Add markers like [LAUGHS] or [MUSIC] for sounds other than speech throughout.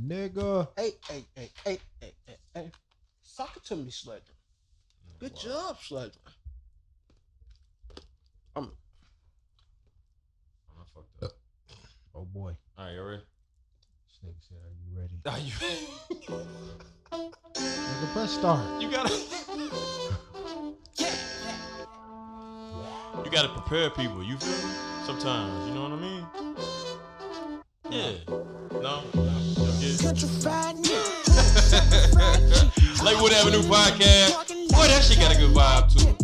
Nigga. Hey, hey, hey, hey, hey, hey, hey. Sock it to me, Slugger. Good job, Slugger. I fucked up. Oh boy. All right, you [LAUGHS] ready? This nigga said, Are you ready? Are you? Nigga, press start. You gotta. You gotta prepare people. You feel me? Sometimes, you know what I mean? Yeah. No. You don't get it? [LAUGHS] Lakewood Avenue podcast. Boy, that shit got a good vibe too. Mm.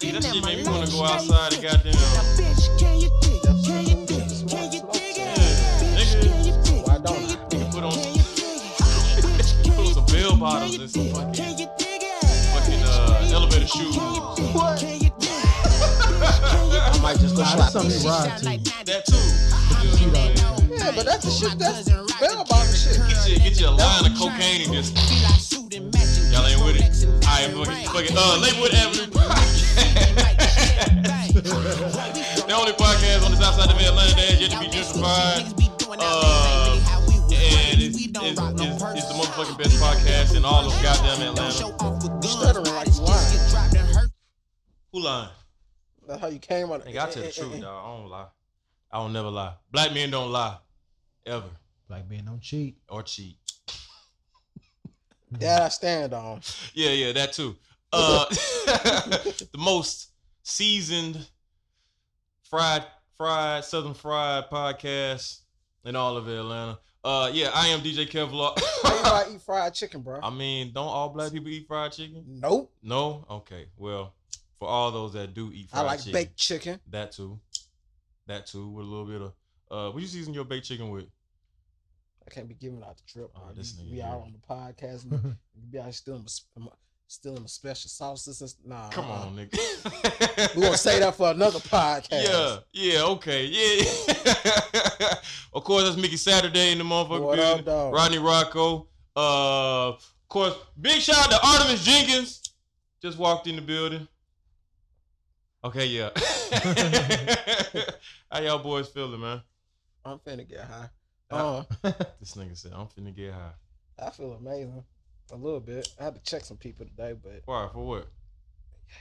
Yeah, that shit made me want to go outside and goddamn. Why don't I? Put on, [LAUGHS] put on some bell bottoms and some fucking, fucking uh, elevator shoes. I might just go Nah, slap that's something this. you ride to. That too. You know what I'm saying? Yeah, but that's the shit. That's bell bottom shit. Get you, get you a line of cocaine and just. Y'all ain't with it. I am fucking, fucking uh, Lakewood Avenue podcast. [LAUGHS] the only podcast on the south side of Atlanta that has yet to be gentrified. Uh, and it's, it's, it's, it's the motherfucking best podcast in all of goddamn Atlanta. You stuttering like you lying. Who lying? That's how you came on it. Nigga, I tell [LAUGHS] the truth, dog. I don't lie. I don't never lie. Black men don't lie. Ever. Black man don't cheat. Or cheat. That I stand [LAUGHS] on. Yeah, yeah, that too. Uh, [LAUGHS] the most seasoned fried, fried Southern fried podcast in all of Atlanta. Uh, yeah, I am DJ Kevlar. [LAUGHS] How you about to eat fried chicken, bro? I mean, don't all black people eat fried chicken? nope. No. Okay. Well, for all those that do eat I fried like chicken, baked chicken. that too, that too, with a little bit of. Uh, what you season your baked chicken with? I can't be giving out the drip. Oh, bro. this You nigga be here. out on the podcast. And [LAUGHS] you be out stealing, my sp- my, stealing my special sauces. And, s- nah. Come uh-uh. on, nigga. [LAUGHS] We gonna say that for another podcast. [LAUGHS] Yeah, yeah, okay, yeah. [LAUGHS] of course, that's Mickey Saturday in the motherfucking What building. up, dog? Rodney Rocco. Uh, of course, big shout out to Artemis Jenkins. Just walked in the building. Okay, yeah. [LAUGHS] How y'all boys feeling, man? I'm finna get high. Uh, Uh, This nigga said, I'm finna get high. I feel amazing. A little bit. I had to check some people today, but Why? For what?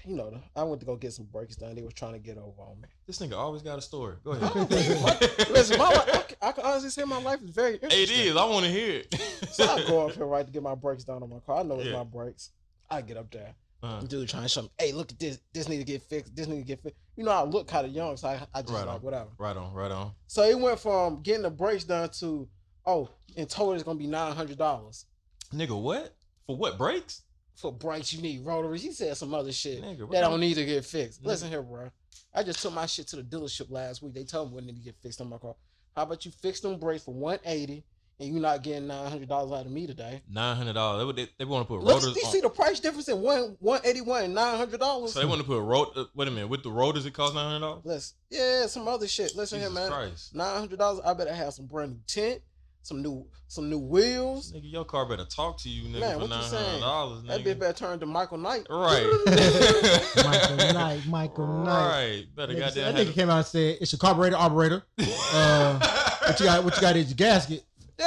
you know, I went to go get some breaks done. They was trying to get over on me. This nigga always got a story. [LAUGHS] Go don't ahead. [LAUGHS] Listen, my life, I, can, I can honestly say my life is very interesting. it is. I want to hear it. [LAUGHS] So I go up here right to get my brakes down on my car. I know it's Yeah. my brakes. I get up there. [LAUGHS] Uh, Dude trying to show me, hey, look at this. This need to get fixed. This need to get fixed. You know, I look kind of young, so I, I just Right like, on. whatever. right on, right on. So it went from getting the brakes done to, oh, in total, it's going to be $900 Nigga, what? For what? Breaks? for brakes you need, rotaries. He said some other shit Nigga, what that the- don't need to get fixed. Nigga. Listen here, bro. I just took my shit to the dealership last week. They told me what need to get fixed on my car. How about you fix them brakes for 180 and you not getting $900 out of me today? Nine hundred dollars. They, want to put Look, rotors. you on. see the price difference in one one eighty one and nine hundred dollars. so they want to put road. Uh, wait a minute. With the rotors, it costs nine hundred dollars. Listen, yeah, some other shit. Listen Jesus here, man. Christ, Nine hundred dollars. I better have some brand new tent, some new some new wheels. nigga, your car better talk to you, nigga, Man, for what you nine saying? hundred dollars, That bitch nigga. better turn to Michael Knight. [LAUGHS] Right. [LAUGHS] Michael Knight, Michael Knight. Right. Better Nigga said- that goddamn. nigga have- came out and said, It's your carburetor [LAUGHS] operator. Uh, what you got what you got is your gasket. The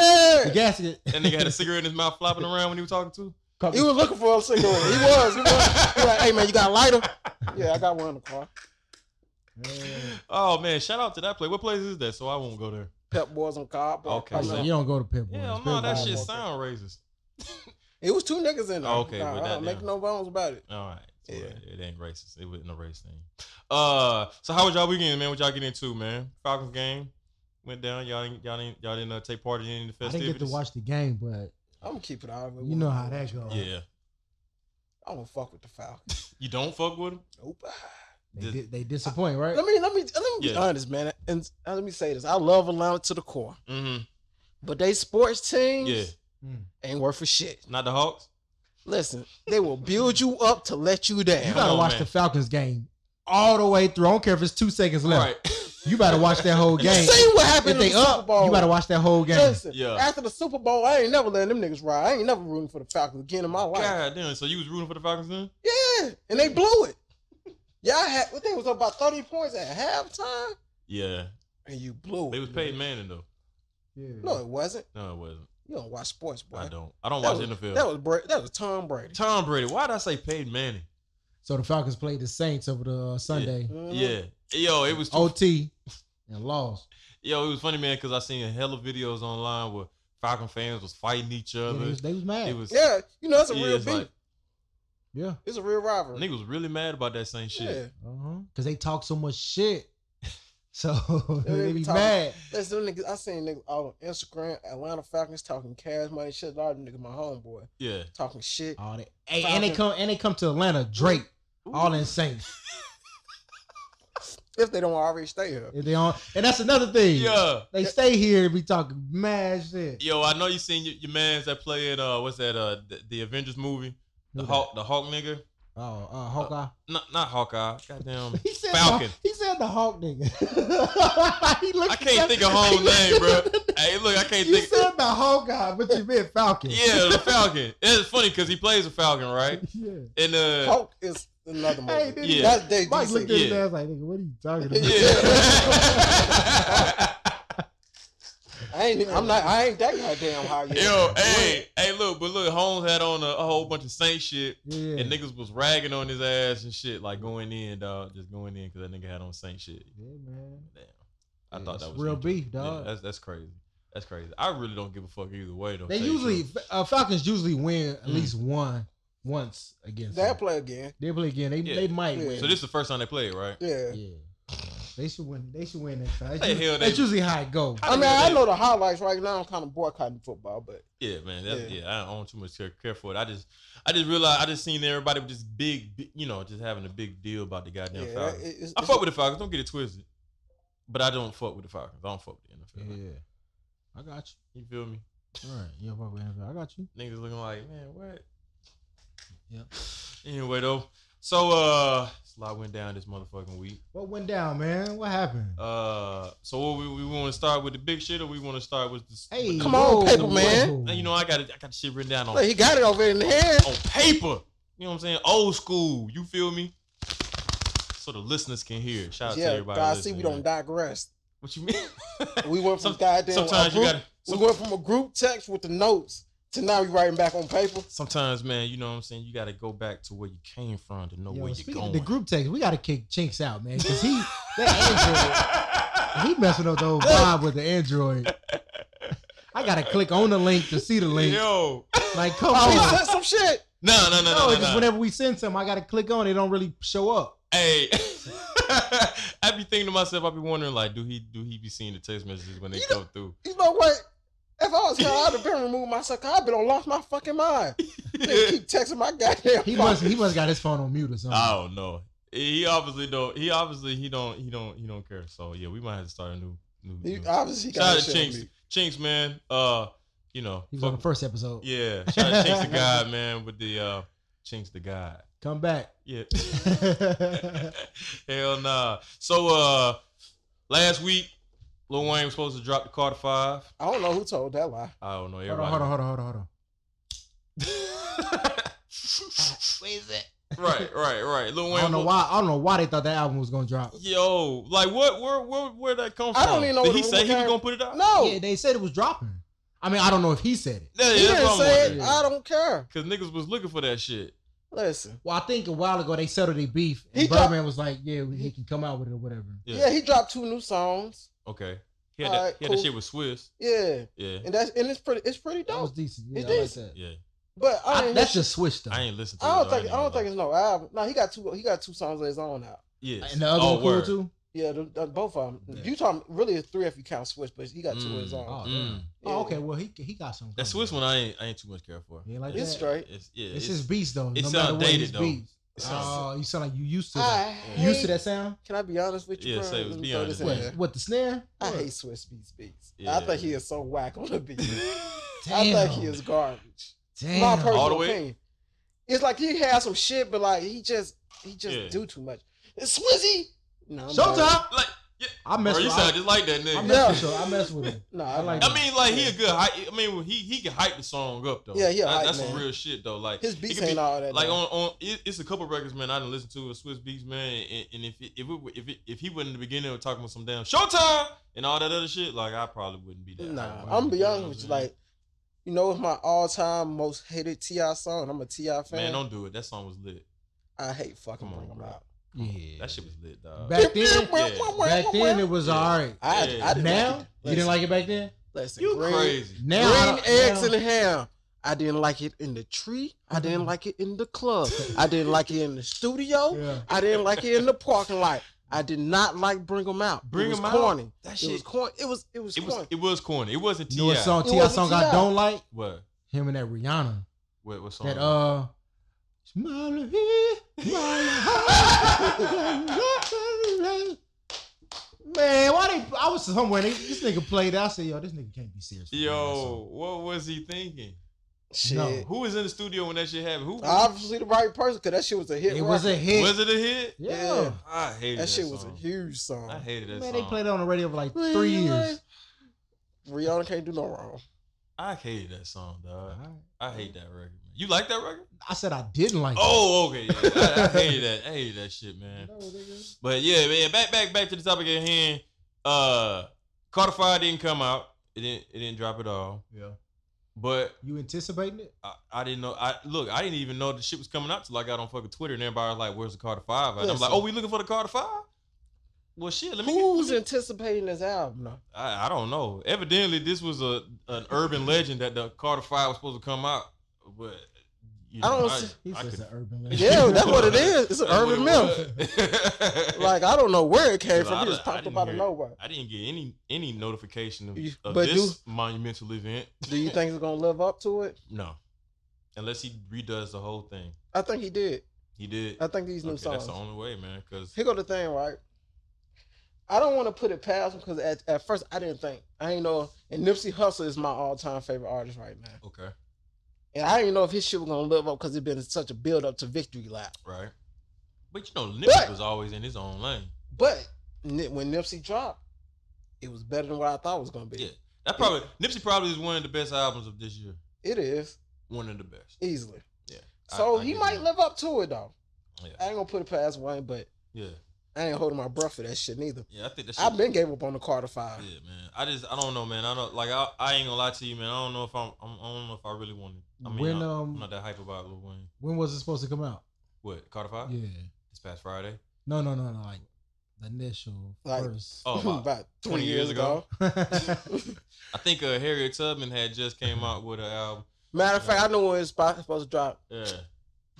Yeah, gasket. That [LAUGHS] nigga had a [LAUGHS] cigarette in his mouth, flopping around when he was talking to. he was looking for a cigarette. He was. He was. He like, hey man, you got a lighter? [LAUGHS] Yeah, I got one in the car. Yeah. Oh man, shout out to that place. What place is that? So I won't go there. Pep boys on car. Okay. So you don't go to Pit Boys. Hell Pit no, that Boys. shit Walker. sound racist. It was two niggas in there. Okay, nah, well, I that- don't make yeah. no bones about it. All right. So Yeah. It ain't racist. It wasn't a race thing. Uh, so how was y'all weekend, man? What y'all get into, man? Falcons game went down. Y'all didn't, y'all didn't, y'all didn't uh, take part in any of the I didn't festivities. get to watch the game, but I'm gonna keep it out. you know how that goes. Yeah, I don't fuck with the Falcons. you don't fuck with them. Nope. They, di- they disappoint, right? Let me let me let me be Yeah. honest, man, and uh, let me say this: I love Atlanta to the core, Mm-hmm. but they sports teams Yeah, Mm. ain't worth a shit. not the Hawks. Listen, they will build you up to let you You down. Come gotta on, watch man. the Falcons game all the way through. I don't care if it's two seconds left. Right. You better watch that [LAUGHS] whole game. See what If happened in they the Super up, Bowl. you better watch that whole game. Listen, Yeah. after the Super Bowl, I ain't never letting them niggas ride. I ain't never rooting for the Falcons again in my [LAUGHS] life. [LAUGHS] God damn. So you was rooting for the Falcons then? Yeah, and they blew it. Y'all had what they was up about thirty points at halftime. Yeah. and you blew it. They was paid Manning though. Yeah. No, it wasn't. No, it wasn't. You don't watch sports, boy. I don't. I don't That watch was, NFL. That was Bra- that was Tom Brady. Tom Brady. Why did I say Peyton Manning? So the Falcons played the Saints over the uh, Sunday Mhm. Yeah. Yo, it was. Too, OT and lost. Yo, it was funny, man, because I seen a hell of videos online where Falcon fans was fighting each Yeah, other. they, was, they was mad. it was. Yeah, you know it's a yeah, real it's beat. like- yeah. it's a real rivalry. Nigga was really mad about that same yeah. shit. Uh-huh. Cause they talk so much shit. [LAUGHS] So they they be be talking- mad. That's them niggas. I seen niggas all on Instagram, Atlanta Falcons talking cash money shit. A lot of them niggas, my homeboy, Yeah. talking shit. All that. Hey, and they Falcons. come and they come to Atlanta, Drake, all in Saints. If they don't already stay here, If they on, and that's another thing. Yeah. They stay here and be talking mad shit. Yo, I know you seen your, your man's that play in uh, what's that? Uh, the, the Avengers movie, the Who Hawk, the Hawk nigga. that? Oh, uh, Hawkeye. Not not Hawkeye. [LAUGHS] Goddamn. He said Falcon. The, he said the Hawk nigga. [LAUGHS] He looked I can't at- think of home name, bro. Hey, look, I can't You think. said the Hawkeye, but you meant Falcon. [LAUGHS] [LAUGHS] Yeah, the Falcon. It's funny because he plays a Falcon, right? yeah. And uh, Hulk is another movie. Hey, nigga, Yeah. That's they Mike DC. looked at his Yeah. ass like, nigga, what are you talking about? yeah. I ain't. I'm not. I ain't that goddamn high yet. [LAUGHS] [LAUGHS] Yo, hey, hey, look, but look, Holmes had on a, a whole bunch of Saint shit, [LAUGHS] Yeah. and niggas was ragging on his ass and shit, like going in, dog, just going in because that nigga had on Saint shit. yeah, man. Damn, I Yeah, thought it's that was real interesting. beef, dog. Yeah, that's that's crazy. That's crazy. I really don't give a fuck either way though. They tell you the usually truth. uh, Falcons usually win at Mm. least one once against. They'll them. play again. They play again. They Yeah. they might Yeah. win. So this is the first time they played, right? Yeah. yeah. They should win. They should win next time. How the That's, hell usually, they- that's usually how it goes. How I the mean, hell I they- know the highlights right now. I'm kind of boycotting football, but Yeah, man. That's, Yeah. yeah. I don't too much care, care for it. I just, I just realized I just seen everybody with this big, bi- you know, just having a big deal about the yeah, goddamn it- Falcons. it's, I it's- fuck with the Falcons. Don't get it twisted. But I don't fuck with the Falcons. I don't fuck with the NFL. Yeah, I got You feel me? you. All right, yeah, fuck with NFL. I got you. Niggas looking like, man, what? Yeah. [SIGHS] Anyway though, so uh, a lot went down this motherfucking week. What went down, man? What happened? Uh, so what we, we want to start with the big shit, or we want to start with the hey, come on, paper man. whoa. Now, you know, I got it. I got the shit written down on Look, he got it over in the hand. on paper. You know what I'm saying? Old school. You feel me? So the listeners can hear. Shout out to Yeah, everybody. I see we listening, don't man. digress. What you mean? [LAUGHS] We went from Some- goddamn. a sometimes you group- we gotta. went from a group text with the notes to now you writing back on paper. Sometimes, man, you know what I'm saying. You gotta go back to where you came from to know Yo, where you're speaking going. of [LAUGHS] the group text, we gotta kick Chinks out, man, because he [LAUGHS] that Android, he messing up the old vibe with the Android. I gotta click on the link to see the link. Yo, Like, come Oh, he on. said some shit. no, no, no, No, no, no. just no. whenever we send something, I gotta click on it. it Don't really show up. Hey, [LAUGHS] I be thinking to myself. I be wondering, like, do he do he be seeing the text messages when they You know- come through? You know what? If I was him, I'd have been removed myself. I'd been on lost my fucking mind. Nigga [LAUGHS] keep texting my goddamn. He phone. must he must got his phone on mute or something. I don't know. He obviously don't. He obviously he don't. He don't. He don't care. So yeah, we might have to start a new new. He, new- obviously, he Shout got out his to shit on Chinks. me. Chinks, man. Uh, you know, he was fuck- on the first episode. yeah. Shout out to Chinks the God, man, with the uh, Chinks the God. Come [LAUGHS] back. Yeah. yeah, [LAUGHS] Hell nah. So uh, last week, Lil Wayne was supposed to drop the Carter Five. I don't know who told that lie. I don't know. hold on, Everybody. hold on, hold on, hold on, hold on. [LAUGHS] right, right, right. Lil Wayne. I don't know was- why I don't know why they thought that album was gonna drop. Yo, like what? Where? Where? Where that come from? I don't even know Did where he the say he was rumor gonna put it out? No, Yeah, they said it was dropping. I mean, I don't know if he said it. Yeah, he that's didn't what I'm say it. wondering. I don't care. Cause niggas was looking for that shit. Listen, Well, I think a while ago they settled their beef, and He dropped- Birdman was like, "Yeah, we- he can come out with it or whatever." Yeah. yeah, he dropped two new songs. Okay. He had, that, Alright, he had that cool. shit with Swiss. Yeah, Yeah. and that's and it's pretty. It's pretty That was dope. decent. Yeah, It's I like decent. that. Yeah. But I, I- mean, that's just switched though. I ain't listened to I it. don't think I don't think it's no album. No, he got two. He got two songs of his own out. Yeah. And the other oh, one cool word. too. Yeah, the, the, both of them. Yeah. You talking really it's three if you count Switch, but he got two of his Mm. own. Oh, Mm. Yeah. Oh, okay. Well, he he got some. That Swiss one I ain't I ain't too much care for. Yeah, like It's that. straight. It's yeah. It's, his beats though. it no sound matter what, dated, his though. beats. it sounds- [LAUGHS] Oh, you sound like you used to. I That. You used hate, to that sound. Can I be honest with you? Yeah, bro? say- Let me be throw this honest. in What? there. What the snare? I What? hate Swiss Beats beats. I Yeah. think he is so whack on the beat. I Damn. think he is garbage. Damn. My personal All the way? opinion. It's like he has some shit, but like he just he just Yeah. do too much. It's Swizzy. No, I'm Showtime. [LAUGHS] like Yeah. I mess Bro, you with sound I, just like that I nigga. mess with Shaw. I mess with him. [LAUGHS] No, I like I mean, like he a good. hy- I mean, he he can hype the song up though. Yeah, he a That- hype That's some man. real shit though. Like his it beats could be- ain't all that. like though. on on it, it's a couple records, man. I didn't listen to with Swiss Beats, man. And, and if it, if it, if it, if he wasn't in the beginning of talking about some damn Showtime and all that other shit, like I probably wouldn't be that. Nah, hype. I'm gonna be know honest what with you. I'm saying? Like, you know, it's my all-time most hated Ti song. I'm a Ti fan. man, don't do it. That song was lit. I hate fucking Come on, bring him bro. out. Yeah. That shit was lit, dog. Back then, back then it was Uh, Yeah. all right. I, Yeah. I didn't Now like it. you didn't like it back then. Listen, you green, crazy? Now I green don't- eggs now- Mm-hmm. and ham. I didn't like it in the tree. I didn't like it in the club. I didn't like it in the studio. Yeah. I didn't like it in the parking lot. I did not like bring him out. Bring it was 'Em Out? corny. That It was shit. corny. It was it was It was corny. it was corny. It wasn't You know what T.I. song It T.I. wasn't song I T.I. don't like? What? Him and that Rihanna. What? What song? That uh [LAUGHS] Smile here, smile high. [LAUGHS] Man, why they I was somewhere they, this nigga played that. I said, yo, this nigga can't be serious. for playing that song. Yo, what was he thinking? Shit. no. Who was in the studio when that shit happened? Who Obviously the right person because that shit was a hit. it was a record. hit. was it? A hit? yeah. Yeah. I hated That, that, shit was a song. huge song. I hated that Man, song. they played it on the radio for like three years. Rihanna can't do no wrong. I hated that song, dog. I hate that record. Man. You like that record? I said I didn't like it. Oh, okay. Yeah. [LAUGHS] I, I hated that. I hated that shit, man. But yeah, man. Back, back, back to the topic at hand. Uh, Carter Fire didn't come out. It didn't. It didn't drop at all. Yeah. But You anticipating it? I, I didn't know. I look. I didn't even know the shit was coming out till I got on fucking Twitter and everybody was like, "Where's the Carter Five? And I'm Listen. like, "Oh, we looking for the Carter Five? Well, shit. Let me. get- Who's anticipating this album? No. [LAUGHS] I, I don't know. Evidently, this was a an urban legend that the Carter Five was supposed to come out, but you I don't I, see- He I says could- an urban [LAUGHS] legend. Yeah, that's what it is. It's an That's urban what myth. it was. [LAUGHS] Like I don't know where it came from. I It just don't- I popped up didn't out of hear it. nowhere. I didn't get any any notification of, You- of but this monumental event. [LAUGHS] Do you think it's gonna live up to it? No, unless he redoes the whole thing. I think he did. He did. I think these new Okay, songs. That's the only way, man. Because Here go the thing, right? I don't want to put it past him because at, at first I didn't think I ain't know. And Nipsey Hussle is my all time favorite artist right now. okay, And I didn't know if his shit was gonna live up because it been such a build up to victory lap. right. But you know, Nipsey But- was always in his own lane. But Ni- when Nipsey dropped, it was better than what I thought it was gonna be. Yeah. That probably Nipsey probably is one of the best albums of this year. It is One of the best. easily. Yeah. I- So I he get might that. live up to it though. I Yeah, ain't gonna put it past Wayne, but yeah, I ain't holding my breath for that shit neither. yeah. I think that. Shit, I've been gave up on the Carter Five. Yeah, man. I just I don't know, man. I don't like I, I ain't gonna lie to you, man. I don't know if I'm, I'm I don't know if I really want it. I mean, when I, um am not that hype about Lil Wayne. when was it supposed to come out? What Carter Five? Yeah. This past Friday. No, no, no, no. Like the initial Like- first. [LAUGHS] Oh, about, about three 20 years years ago. ago. yeah. I think uh, Harriet Tubman had just came out with an album. Matter of fact, I know when it's spo- supposed to drop. [LAUGHS]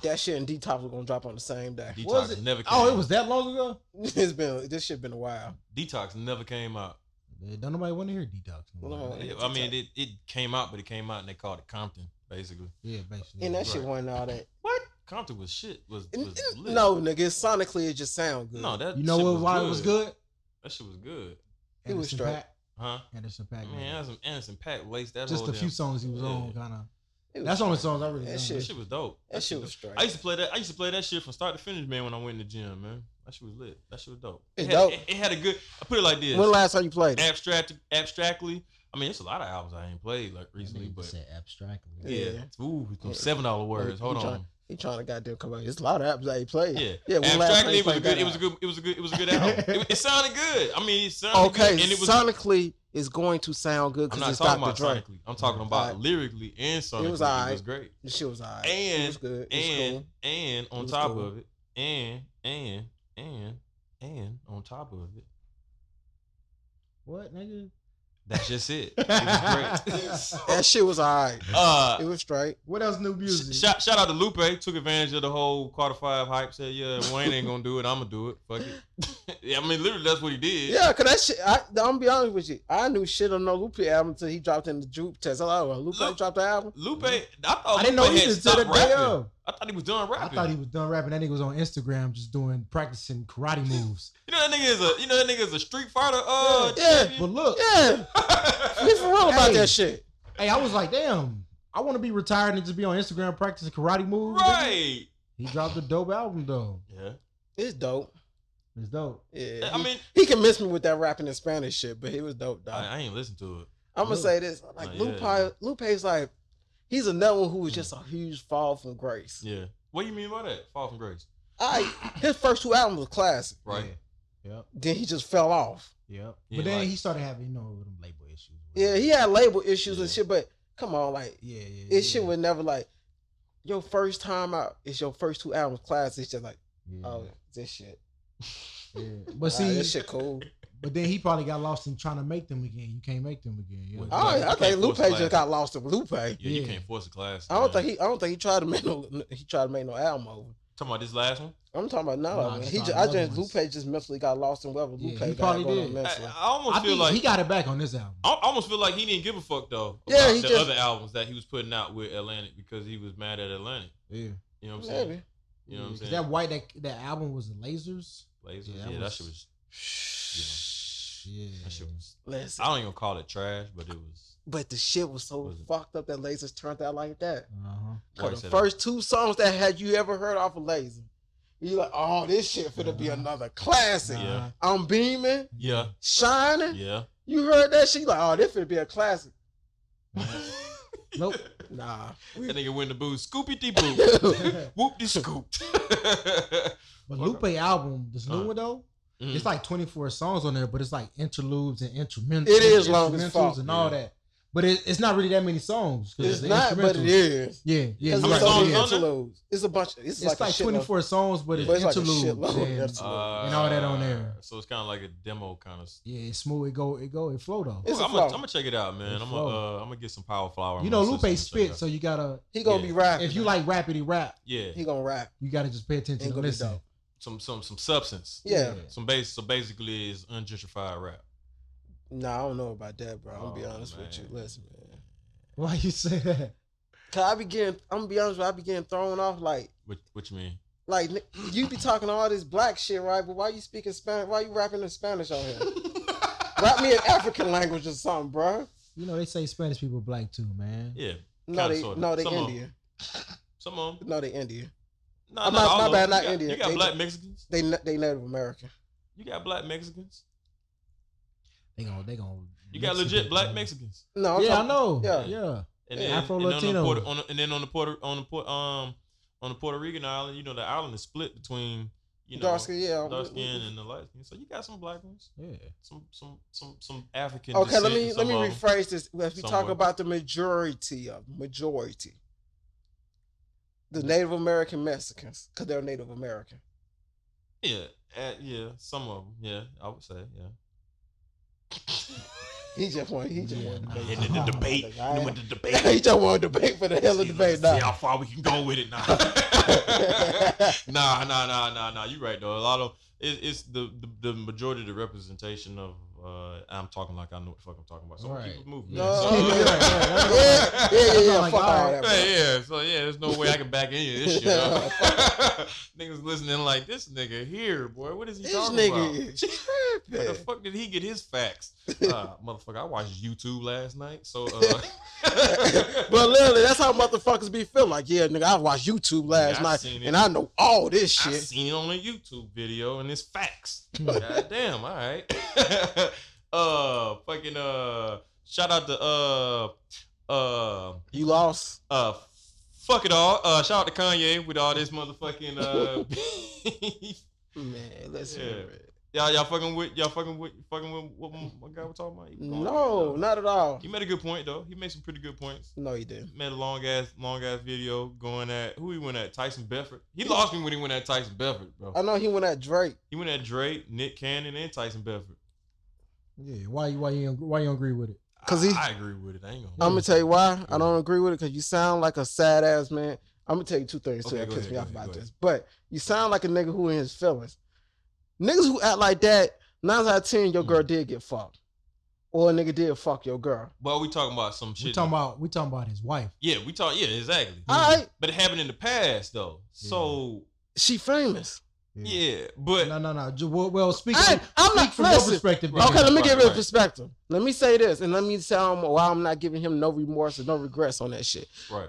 Yeah, That shit and Detox was gonna drop on the same day. Detox Was it- never. Came [LAUGHS] Oh, it was that long ago? [LAUGHS] it's been this shit been a while. Detox never came out. Man, don't nobody want to hear detox. No Well, more. no. Oh, yeah, It- I mean, it, it came out, but it came out and they called it Compton, basically. Yeah, basically. And that Right. shit wasn't all that. What? Compton was shit. Was, And- was and- lit. no, nigga, it sonically it just sound good. no, that. you know shit what? Was Why good. it was good? That shit was good, It was Anderson straight. Paak- huh? Anderson Paak. Man, man. that's some Anderson Pack laced that Just whole a few damn- songs he was Yeah. on, kind of. It was That's the only straight. songs I really. That know. shit- That shit was dope. That shit was dope. straight. I used to play that. I used to play that shit from start to finish, man. When I went in the gym, man, that shit was lit. That shit was dope. It's it had, dope. It, it had a good. I put it like this. When last time you played it? abstract, abstractly. I mean, it's a lot of albums I ain't played like recently, but said abstractly. yeah. Ooh, some Yeah. seven dollar words. You Hold tryna- on. He trying to goddamn come out. It's a lot of apps that he played. Yeah. yeah. When last time Abstractly, you it was a played that good. uh, It was a album? good. It was a good. It was a good album. [LAUGHS] It, it sounded good. I mean, it sounded Okay, good, and it was. sonically it's going to sound good I'm because not it's talking Dr. about Dre. sonically. I'm talking about Alright. lyrically and sonically. It was, alright. great. The shit was alright. it And- was good. It was and cool. and It on was top cool. of it, and and and and on top of it, What nigga? that's just it. it was great. [LAUGHS] That shit was alright. Uh, It was straight. What else? New music. sh- shout, shout out to Lupe. Took advantage of the whole quarter five hype. Said, "Yeah, Wayne ain't gonna do it. I'm gonna do it. Fuck [LAUGHS] it." yeah, I mean, literally, that's what he did. Yeah, cause that shit. I, I'm gonna be honest with you. I knew shit on no Lupe album until he dropped in the juke test. I thought well, Lupe Look- dropped the album. Lupe, I thought I didn't know Lupe he had was done stopped a day rapping. of. I thought he was done I rapping. thought he was done rapping. That nigga was on Instagram just doing practicing karate moves. you know that nigga is a you know that nigga is a street fighter. Uh, Yeah. But look, Yeah, [LAUGHS] we for real about Hey. that shit. hey, I was like, damn, I want to be retired and just be on Instagram practicing karate moves. nigga. right. He dropped a dope album though. Yeah, It's dope. It's dope. Yeah, I he, mean, he convinced me with that rapping in Spanish shit, but he was dope, dog. I, I ain't listened to it. I'm gonna Lupe. say this: like Oh, Lupe, yeah. Lupe's like he's another one who was just a huge fall from grace. Yeah. What do you mean by that? Far from grace, I his first two albums were classic. right? Yeah. Yep. Then he just fell off. Yep. Yeah, but then like- he started having, you know, them label issues. Yeah, he had label issues and Yeah. shit, but come on, like Yeah, yeah. it yeah. shit was never like your first time out. It's your first two albums classic. It's just like Yeah, oh this shit. yeah. But Nah, see, this [LAUGHS] shit cool. but then he probably got lost in trying to make them again. You can't make them again. You know? Well, Oh, Like, I you think can't Lupe force just classic. got lost in Lupe. I Yeah, you Yeah. can't force a class. don't man. think he. I don't think he tried to make no. He tried to make no album over. Talking about this last one. I'm talking about Nah, now. man. it's He not just, I another just one's- Lupe just mentally got lost in whatever Yeah, Lupe he got probably going on did. I, mentally. I almost I feel think like he got it back on this album. I almost feel like he didn't give a fuck though. Yeah, about he the just- other albums that he was putting out with Atlantic because he was mad at Atlantic. Yeah. You know what I'm saying? Maybe. You know what I'm 'Cause saying? That white that that album was the lasers. Blazers, Yeah, yeah, that that was- shit was. Yeah. That shit was. Listen, I don't even call it trash, but it was. but the shit was so Was it- fucked up that Lasers turned out like that. Uh-huh. For Worse the than- first two songs that had you ever heard off of Laser, you like, oh, this shit finna be Nah. another classic. Yeah. I'm beaming, Yeah, shining. yeah. You heard that shit, you like, oh, this finna be a classic. [LAUGHS] Nope. Nah, That nigga win the booth. Scoopy dee boo. yeah, [LAUGHS] Whoop de scoop. But Okay. Lupe album, this new Uh. one though, Mm. it's like 24 songs on there, but it's like interludes and instrumentals. It is long as instrumentals fuck. and all Yeah. that. But it, it's not really that many songs. 'cause it's the not, but it instrumentals- is. Yeah, yeah. It's, you're many right, it like songs is. on there? interludes. it's a bunch. Of, it's, It's like, like, a shitload. 24 songs, but it's But it's like a interludes. shitload of and- interludes. and all that on there. Uh, So it's kind of like a demo kind of. yeah, it's smooth. It go, it go, it flow though. It's a I'm gonna flow. I'm gonna check it out, man. It's I'm flow. gonna uh, I'm gonna get some power flower. on you my know, Lupe system and check spit, it out. so you gotta. He gonna Yeah. be rapping. If you like rappity rap, Yeah, he gonna rap. you gotta just pay attention Ain't and gonna be listen. dope. some some some substance. Yeah. Some base. So basically, it's ungentrified rap. Nah, I don't know about that, bro. I'm gonna be Oh, honest with you. man. Listen, man. [LAUGHS] Why you say that? Cause I be getting, I'm gonna be honest, with you, I be getting thrown off. Like, What what [LAUGHS] you mean? like n- you be talking all this black shit, right? But why you speaking Spanish? Why you rapping in Spanish on [LAUGHS] here? Rap me in African language or something, bro. You know, they say Spanish people black too, man. Yeah, No, Kinda, they, sorta. no, they Some of 'em. Indian. some of them. No, they Indian. No, I'm not- my all of bad, 'em. not you got, Indian. You got They- black Mexicans. They, na- they Native American. You got black Mexicans. They gon' they gon' You got Mexican, legit black man. Mexicans. No, I'm yeah, I talking, know. Yeah. Yeah, yeah. And Yeah. then and, then on the Afro-Latino. Puerto, on the, and then on the Puerto on the Puerto, um on the Puerto Rican island, you know, the island is split between you know dark skin. Yeah, I'm- dark skin and the light skin. So you got some black ones, some some some some African. Okay, let descent me and let me some of 'em. rephrase this. If we talk somewhat. about the majority of majority, the Mm-hmm. Native American Mexicans, because they're Native American. Yeah, uh, yeah, some of them. Yeah, I would say yeah. He just wanted. He just Yeah, wanted nah. to And then the [LAUGHS] debate. and with the debate, he just wanted to debate for the hell of see- debate. see Nah. how far we can go with it now. [LAUGHS] nah, [LAUGHS] nah, nah, nah, nah. You right though. A lot of it, it's the, the the majority of the representation of. Uh, I'm talking like I know what the fuck I'm talking about. So Right. keep it moving. No. man. So- Yeah, right, right. yeah, yeah, yeah, yeah. Like, fuck all alright. that. [LAUGHS] Yeah, bro. yeah. So yeah, there's no way I can back any of this shit. up. [LAUGHS] Niggas listening like this nigga here, boy. What is he This talking about? nigga Where the is fuck did he get his facts? Uh, motherfucker, I watched YouTube last night, so uh, [LAUGHS] tripping. But literally, that's how motherfuckers be feeling. Like, yeah, nigga, I watched YouTube last I night, seen it. and I know all this I shit. Hmm. seen it on a YouTube video and it's facts. God damn, all right. [LAUGHS] uh, fucking uh, shout out to uh, uh, You lost. uh, fuck it all. Uh, shout out to Kanye with all this motherfucking uh. [LAUGHS] beef. Man, listen. Yeah. man. Y'all, y'all fucking with y'all fucking with fucking with what my my guy was talking about. He was going No, in, though. not at all. he made a good point though. He made some pretty good points. No, you didn't. made a long ass long ass video going at who he went at Tyson Bedford. He lost me when he went at Tyson Bedford, bro. I know he went at Drake. He went at Drake, Nick Cannon, and Tyson Bedford. Yeah, why you why you don't- why you don't agree with it? 'Cause he- I, I agree with it. I ain't gonna. I'm gonna tell you why I don't agree with it because you sound like a sad ass man. I'm gonna tell you two things too Okay, that go pissed ahead, me go off ahead, about go this. But you sound like a nigga who in his feelings. Niggas who act like that, nine out of ten, your Mm. girl did get fucked, or a nigga did fuck your girl. But we talking about some shit. We talking about we talking about his wife. yeah, we talk. Yeah, exactly. All right, But it happened in the past though. So she famous. yeah, but No, no, no. Ju- Well, well speak, I, speak I'm not from your listen. perspective. Right. Right. Okay, let me Right, give it a right. perspective. Let me say this, and let me tell him why I'm not giving him no remorse or no regrets on that shit. right?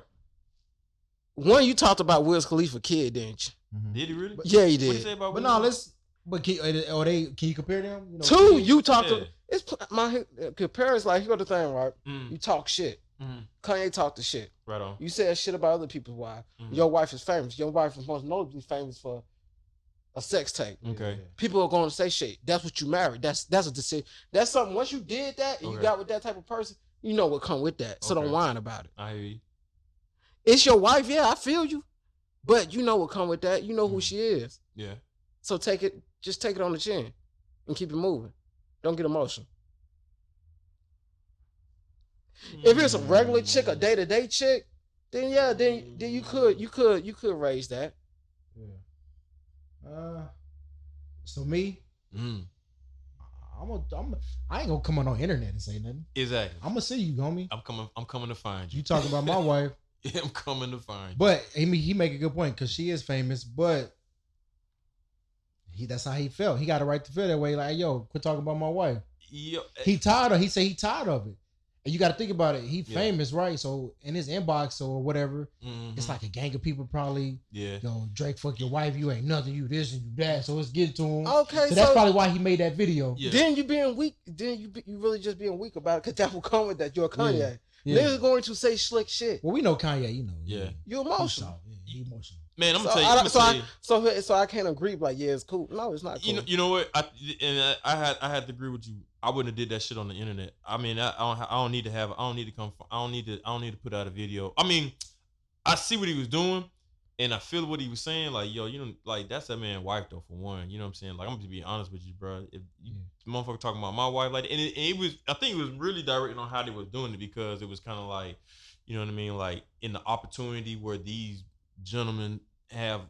One, you talked about Wiz Khalifa kid, didn't you? Did he really? Yeah, you What he did. say about? Mm-hmm. But Will? no, let's But can, are they? Can you compare them? You know, Two, you talk Yeah. to it's pl- my comparisons. Like here go the thing, right? Mm, You talk shit. Mhm. Kanye talked the shit. right on. You said shit about other people's wives. Mhm. Your wife is famous. Your wife is most notably famous for a sex tape. Okay. People are going to say shit. That's what you married. That's that's a decision. That's something. Once you did that and you Okay. got with that type of person, you know what come with that. So Okay. don't whine about it. I hear you. It's your wife. Yeah, I feel you. But you know what come with that. You know who Mhm. she is. Yeah. So take it. Just take it on the chin, and keep it moving. Don't get emotional. If it's a regular chick, a day to day chick, then yeah, then then you could you could you could raise that. Yeah. Uh, so me, Mm, I'm a, I'm a, I ain't gonna come on no internet and say nothing. exactly. I'm gonna see you, homie. I'm coming. I'm coming to find You you. [LAUGHS] talking about my wife, I'm coming to find you. but I mean, he make a good point because she is famous, but. He, that's how he felt. He got a right to feel that way. Like, yo, quit talking about my wife. Yo, He tired of. He said he tired of it. And you got to think about it. He Yeah. famous, right? So in his inbox or whatever, mhm. it's like a gang of people probably. yeah. Yo, Drake, fuck your wife. You ain't nothing. You this and you that. So it's getting to him. Oh, Okay, so so, that's probably why he made that video. Yeah. then you being weak. Then you be, you really just being weak about it because that will come with that. You're a Kanye. Yeah. Niggas going to say slick shit. Well, we know Kanye. You know. Yeah. You're He emotional. soft, Yeah, he emotional. Man, I'm So gonna tell you. I I'm don't- gonna so tell I- you. So so I can't agree. Like yeah, it's cool. No, it's not cool. You know, you know what? I and I, I had I had to agree with you. I wouldn't have did that shit on the internet. I mean, I, I don't ha- I don't need to have I don't need to come from, I don't need to I don't need to put out a video. I mean, I see what he was doing, and I feel what he was saying. Like yo, you know, like that's that man wife though. For one, you know what I'm saying. Like I'm just be honest with you, bro. If you motherfucker talking about my wife, like and it, and it was I think it was really directing on how they was doing it because it was kind of like, you know what I mean, like in the opportunity where these gentlemen have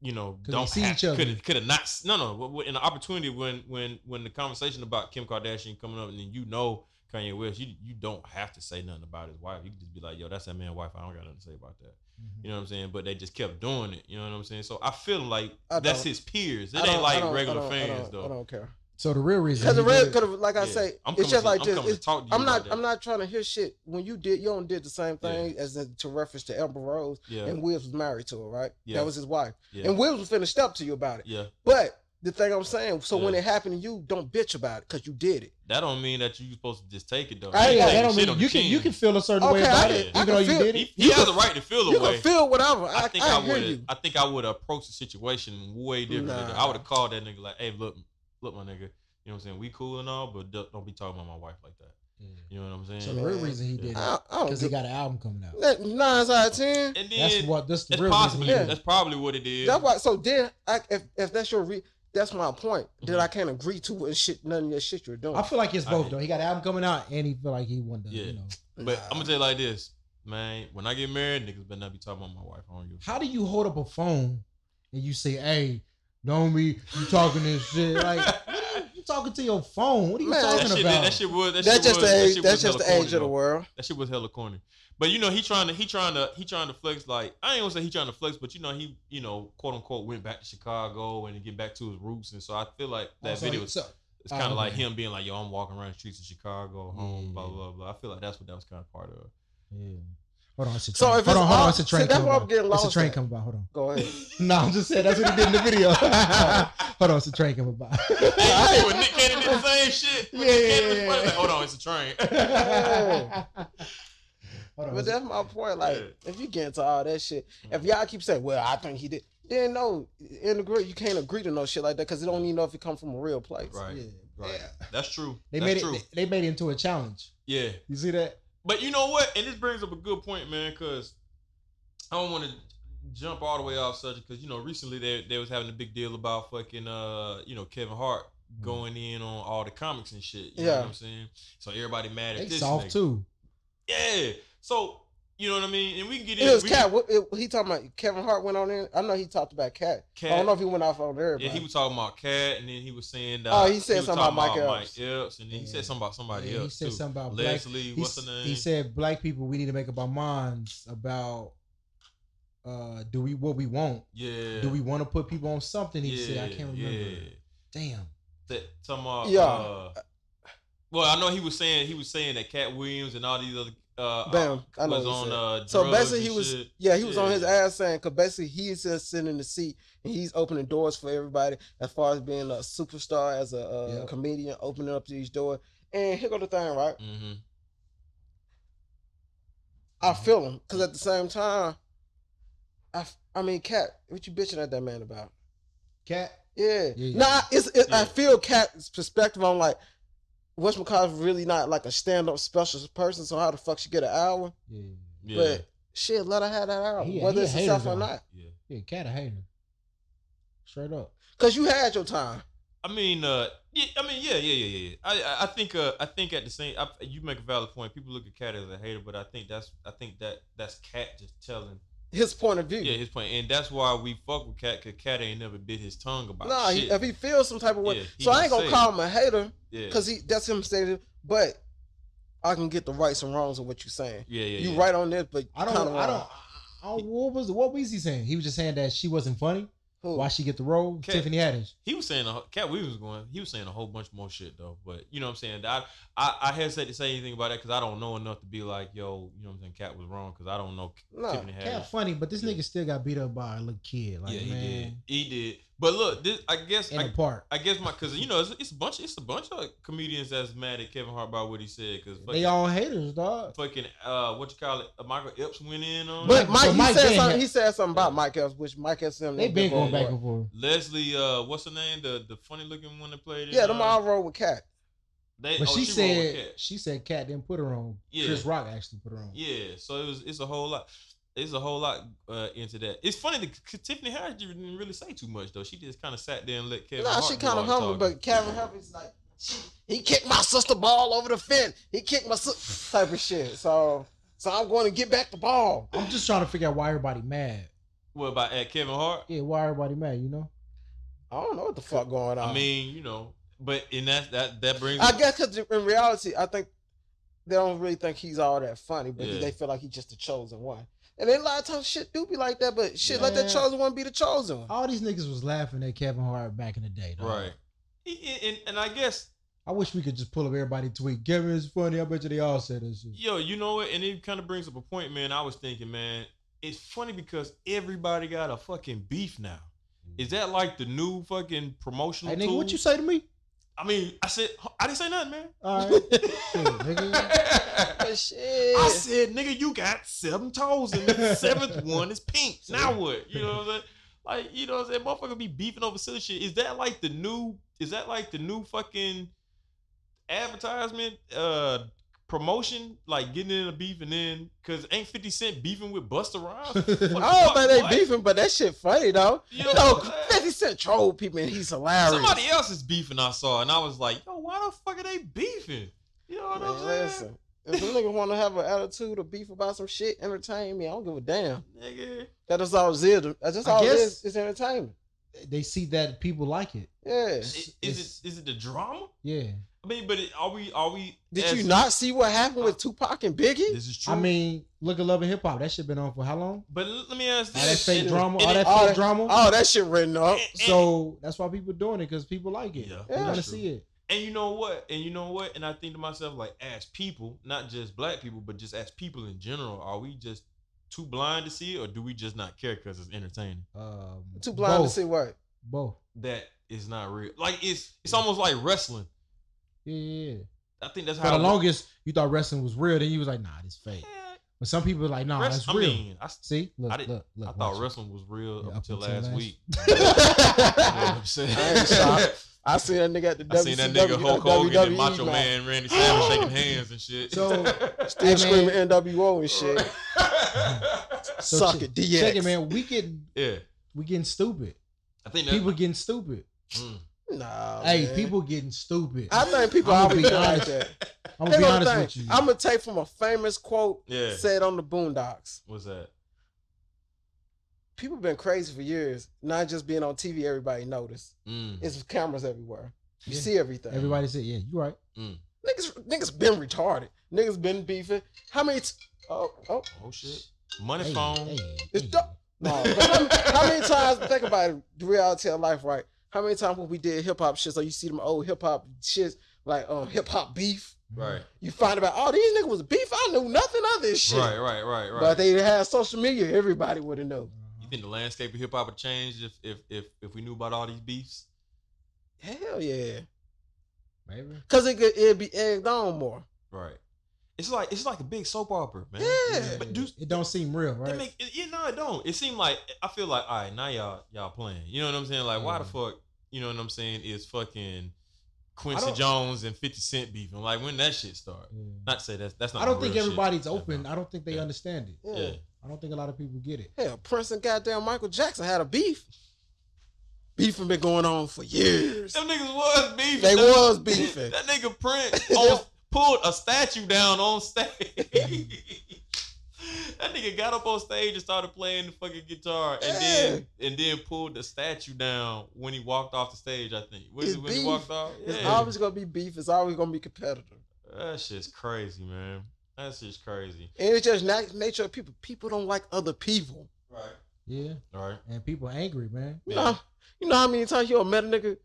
you know they don't see have, each other. Could, could have not s- no no w- w- in the opportunity when when when the conversation about Kim Kardashian coming up and then you know Kanye West you you don't have to say nothing about his wife you can just be like yo that's that man's wife I don't got nothing to say about that Mm-hmm. you know what I'm saying but they just kept doing it you know what I'm saying so I feel like I that's don't- his peers I it don't- ain't I like don't- I regular don't- I fans don't- I though don't care. So the real reason. Because the he real, did cause of- like I Yeah. say, I'm it's just coming to- like I'm this. coming to It's- talk to you I'm about not. that. I'm not trying to hear shit. When you did, you don't did the same Yeah. thing as in, to reference to Amber Rose yeah and Williams was married to her, right? Yeah. That was his wife, yeah and Williams was finna step to you about it. yeah But the thing I'm saying, so when Yeah. it happened to you, don't bitch about it because you did it. that don't mean that you supposed to just take it though Yeah, I ain't- You ain't that taking don't shit mean on the you can you king. can feel a certain way Okay, I about can- it, I even can though you feel- did he, it. he You has can- a right to feel you away. can feel whatever. I, I I, think I, hear would. you. I think I would approach the situation way differently. Nah. I would have called that nigga like, "Hey, look, look, my nigga. You know what I'm saying? We cool and all, but don't don't be talking about my wife like that. Mm. You know what I'm saying? So the real reason he did it I, I don't because he give, got an album coming out. that, nine out of ten. and then That's that's, what that's the real reason. possibly he Yeah. did it. that's probably what it is. That's why. So then, I, if if that's your re, that's my point. That Mhm. I can't agree to and shit. None of your shit you're doing. I feel like it's I both hate- though. He got an album coming out, and he feel like he won the. Yeah. You know, but Nah. I'm gonna tell you like this, man. When I get married, niggas better not be talking about my wife. I don't give a how do you hold up a phone and you say, "Hey, don't be you talking this [LAUGHS] shit"? Like fuck. you talking to your phone? What are you Man, talking That shit, about? that shit was. That that's shit just the was, that age. shit was That's just hella the corny, age of the though. world. That shit was hella corny. But you know, he trying to he trying to he trying to flex like I ain't gonna say he trying to flex, but you know he you know quote unquote went back to Chicago and get back to his roots, and so I feel like that Oh, so- video is so- it's kind of Oh, like okay. him being like yo I'm walking around the streets of Chicago, home, Yeah. blah blah blah. I feel like that's what that was kind of part [LAUGHS] of. yeah. Hold on, it's a So train. if hold it's on, hold all- on, it's a see, train. that's coming where I'm by. getting It's lost a train at. coming by. Hold on. [LAUGHS] Go [LAUGHS] ahead. No, I'm just saying that's what he did in the video. Hold on, it's a train coming by. hey, you see when Nick Cannon did the same shit? When Yeah, Nick yeah, Cannon was yeah, funny, yeah. like, Hold on, it's a train. [LAUGHS] [LAUGHS] Hold on. But that's my point. Like, Yeah. if you get into all that shit, if y'all keep saying, "Well, I think he did," then no, in the group you can't agree to no shit like that because it don't even know if it come from a real place. right, Yeah. right. Yeah. That's true. They that's made it. true. They, they made it into a challenge. yeah. You see that? But you know what? And this brings up a good point, man, because I don't want to jump all the way off subject because you know recently they they was having a big deal about fucking uh you know Kevin Hart Mm-hmm. going in on all the comics and shit. You know Yeah. what I'm saying? So everybody mad They at this. soft nigga. too. Yeah. So you know what I mean? And we can get in. It was we Cat. What, it, he talking about Kevin Hart went on in. I know he talked about Cat. I Cat. don't know if he went off on everybody. Yeah, he was talking about Cat, and then he was saying that. Oh, he said was something talking about Mike Epps. and then he Yeah. said something about somebody Yeah, he else said too. something about black- Leslie. He, what's s- the name? he said, "Black people, we need to make up our minds about uh, do we what we want? yeah. Do we want to put people on something?" He said, "I can't remember." Yeah. Damn. That talking about. Yeah. Uh, Well, I know he was saying he was saying that Cat Williams and all these other uh Bam. I know. was what you on said. uh so drugs basically, and he was shit. yeah, he was on his Yeah. ass saying because basically he's just sitting in the seat and he's opening doors for everybody as far as being a superstar as a uh, Yep. comedian, opening up these doors. And here go the thing, right? Mhm. I Mm-hmm. feel him because at the same time, I f- I mean, Cat, what you bitching at that man about? Cat. Yeah. Yeah. Nah, it's it, I Yeah. feel Cat's perspective on like West McCoy's really not like a stand up special person, so how the fuck she get an hour? Yeah. Yeah. But shit, let her have that hour, He a- he whether a it's hater, successful or though. not. yeah. Yeah, cat a hater. Straight up. Cause you had your time. I mean, uh, yeah, I mean, yeah, yeah, yeah, yeah. yeah. I, I, I think, uh, I think at the same, I, you make a valid point. People look at Cat as a hater, but I think that's, I think that that's Cat just telling, His point of view. yeah, his point, and that's why we fuck with Cat, cause Cat ain't never bit his tongue about nah, he, shit. if he feels some type of way, Yeah, he so I can ain't gonna say call him a hater yeah, because he that's him saying. it, But I can get the rights and wrongs of what you're saying. yeah, yeah, you yeah. right on this, but I don't. kinda I don't. wrong. I don't, what was what was he saying? He was just saying that she wasn't funny. Who? Why she get the role? Cat. Tiffany Haddish. He was saying a whole- Cat Williams was going. He was saying a whole bunch more shit though, but you know what I'm saying. I I, I hesitate to say anything about that because I don't know enough to be like, yo, you know what I'm saying. Cat was wrong because I don't know Nah, Tiffany Haddish. Cat funny, but this Yeah. nigga still got beat up by a little kid. Like yeah, he man, did. He did. But look, this I guess in I, the park. I guess my because you know it's, it's a bunch it's a bunch of comedians that's mad at Kevin Hart about what he said because They fucking, all haters, dog. fucking uh what you call it uh, Michael Epps went in on But Mike- it. Mike, so he Mike said been something. here. He said something about Mike Epps, which Mike Epps and them They niggas been going boy. back and forth. Leslie uh what's her name the the funny looking one that played in, Yeah, them uh, all roll with Cat. they, But oh, she, she rolled with said Cat. she said Cat didn't put her on. Yeah. Chris Rock actually put her on. yeah so it was it's a whole lot it's a whole lot uh into that it's funny that K- Tiffany Harris didn't really say too much though she just kind of sat there and let Kevin Nah, Hart she do kind all of the humble, talking. but Kevin Hart is like, she- he kicked my sister ball over the fence. He kicked my sister type of shit. So, so I'm going to get back the ball. I'm just trying to figure out why everybody mad. what about at Kevin Hart Yeah, why everybody mad? You know, I don't know what the fuck going on. I mean you know but and that that that brings I guess because in reality, I think they don't really think he's all that funny, but Yeah. they feel like he's just the chosen one. And then a lot of times shit do be like that, but shit, let that Yeah. chosen one be the chosen one. all these niggas was laughing at Kevin Hart back in the day. Dog. right and, and, and I guess I wish we could just pull up everybody tweet. Kevin is funny. I bet you they all said this shit. Yo, you know what? And it kind of brings up a point, man. I was thinking, man, it's funny because everybody got a fucking beef now. Is that like the new fucking promotional Hey nigga, tool? what you say to me? I mean, I said I didn't say nothing, man. All [LAUGHS] right, Shit, nigga. I [LAUGHS] But shit. said, nigga, you got seven toes and [LAUGHS] the seventh one is pink. Now what? You know what I'm saying? Like, you know what I'm saying? Motherfucker be beefing over silly shit. Is that like the new is that like the new fucking advertisement uh promotion? Like getting in a beef and then cause ain't 50 Cent beefing with Buster [LAUGHS] Rhymes? What the Oh, fuck? but they What? beefing, but that shit funny though. You know You what know, I'm saying? 50 Cent troll people and he's hilarious. Somebody else's beefing I saw and I was like, yo, why the fuck are they beefing? You know what Man, I'm saying? listen, if a nigga want to have an attitude or beef about some shit, entertain me. I don't give a damn. Nigga. That is all zid. That's just I all it guess- is. It's entertainment. [LAUGHS] they see that people like it. Yeah. Is, is It's- it is it the drama? Yeah, I mean, but it- are we? Are we? Did as- you not see what happened with Tupac and Biggie? This is true. I mean, look at Love and Hip Hop. That shit been on for how long? but l- let me ask this: All that fake And- drama, and all it- that all fake that- drama. Oh, that shit written up. and- and- So that's why people doing it because people like it. Yeah, they Yeah. want to that's see it. and you know what? And you know what? And I think to myself, like, as people, not just black people, but just as people in general, are we just too blind to see it, or do we just not care because it's entertaining? Um, Too blind both, to see [LAUGHS] what? [LAUGHS] Both. That is not real. Like it's it's almost like wrestling. Yeah, yeah. yeah. I think that's For how the longest, you thought wrestling was real, then you was like, nah, this fake. Yeah, But some people like, nah, wrest- that's I real. mean, I, s- see, look, I didn't- look, look. I thought watch it. wrestling was real Yeah, up until last, [LAUGHS] week. You know what I I'm saying? I ain't shocked. seen that nigga at the [LAUGHS] I seen that nigga WCW Hulk Hogan and WWE Macho match. Man Randy Savage shaking hands and shit. [LAUGHS] So- Still Hey, man. screaming NWO and shit. [LAUGHS] So Suck che- it, DX. Check it, man. We getting yeah, we getting stupid. I think that, People getting stupid. [LAUGHS] mm, Nah, hey, man. people getting stupid. Oh, I think people I'ma always be be like honest. that. I'm gonna be honest with you. I'm gonna take from a famous quote yeah. said on the Boondocks. What's that? People been crazy for years, not just being on TV. Everybody noticed. Mm, It's cameras everywhere. You Yeah. see everything. Everybody said, yeah, you right. Niggas, niggas been retarded. Niggas been beefing. How many? T- oh, [LAUGHS] oh. oh shit, money Hey, phone. hey, It's hey. dope. No, but how, many- how many times? Think about it. The reality of life, right? How many times when we did hip hop shit? So you see them old hip hop shits like um hip hop beef. Right. You find about oh these niggas was beef. I knew nothing of this shit. Right. Right. Right. Right. But they had social media, everybody would have known. you think the landscape of hip hop would change if if if if we knew about all these beefs? Hell yeah, Maybe. because it could it'd be egged on more. Right. It's like it's like a big soap opera, man. Yeah. But do it don't seem real, That right? make it, you know it don't. It seemed like I feel like all right now y'all y'all playing. You know what I'm saying? Like why the fuck? You know what I'm saying? Is fucking Quincy don't- Jones and 50 Cent beefing? Like when that shit started? Yeah. Not to say that's that's not. I don't think real shit. everybody's That's open. not- I don't think they Yeah. understand it. Yeah. yeah. I don't think a lot of people get it. Hell, Prince and goddamn Michael Jackson had a beef. Beefing been going on for years. Them niggas was beefing. They That- was beefing. That nigga [LAUGHS] Prince on, pulled a statue down on stage. [LAUGHS] that nigga got up on stage and started playing the fucking guitar, and then and then pulled the statue down when he walked off the stage. I think was It's it when beef. he walked off. It's Yeah. always gonna be beef. It's always gonna be competitive. That shit's crazy, man. That shit's crazy. And it's just nat- nature of people. People don't like other people. Right. Yeah, Right. and people angry, man. You Yeah. know, you know how many times you'll met a nigga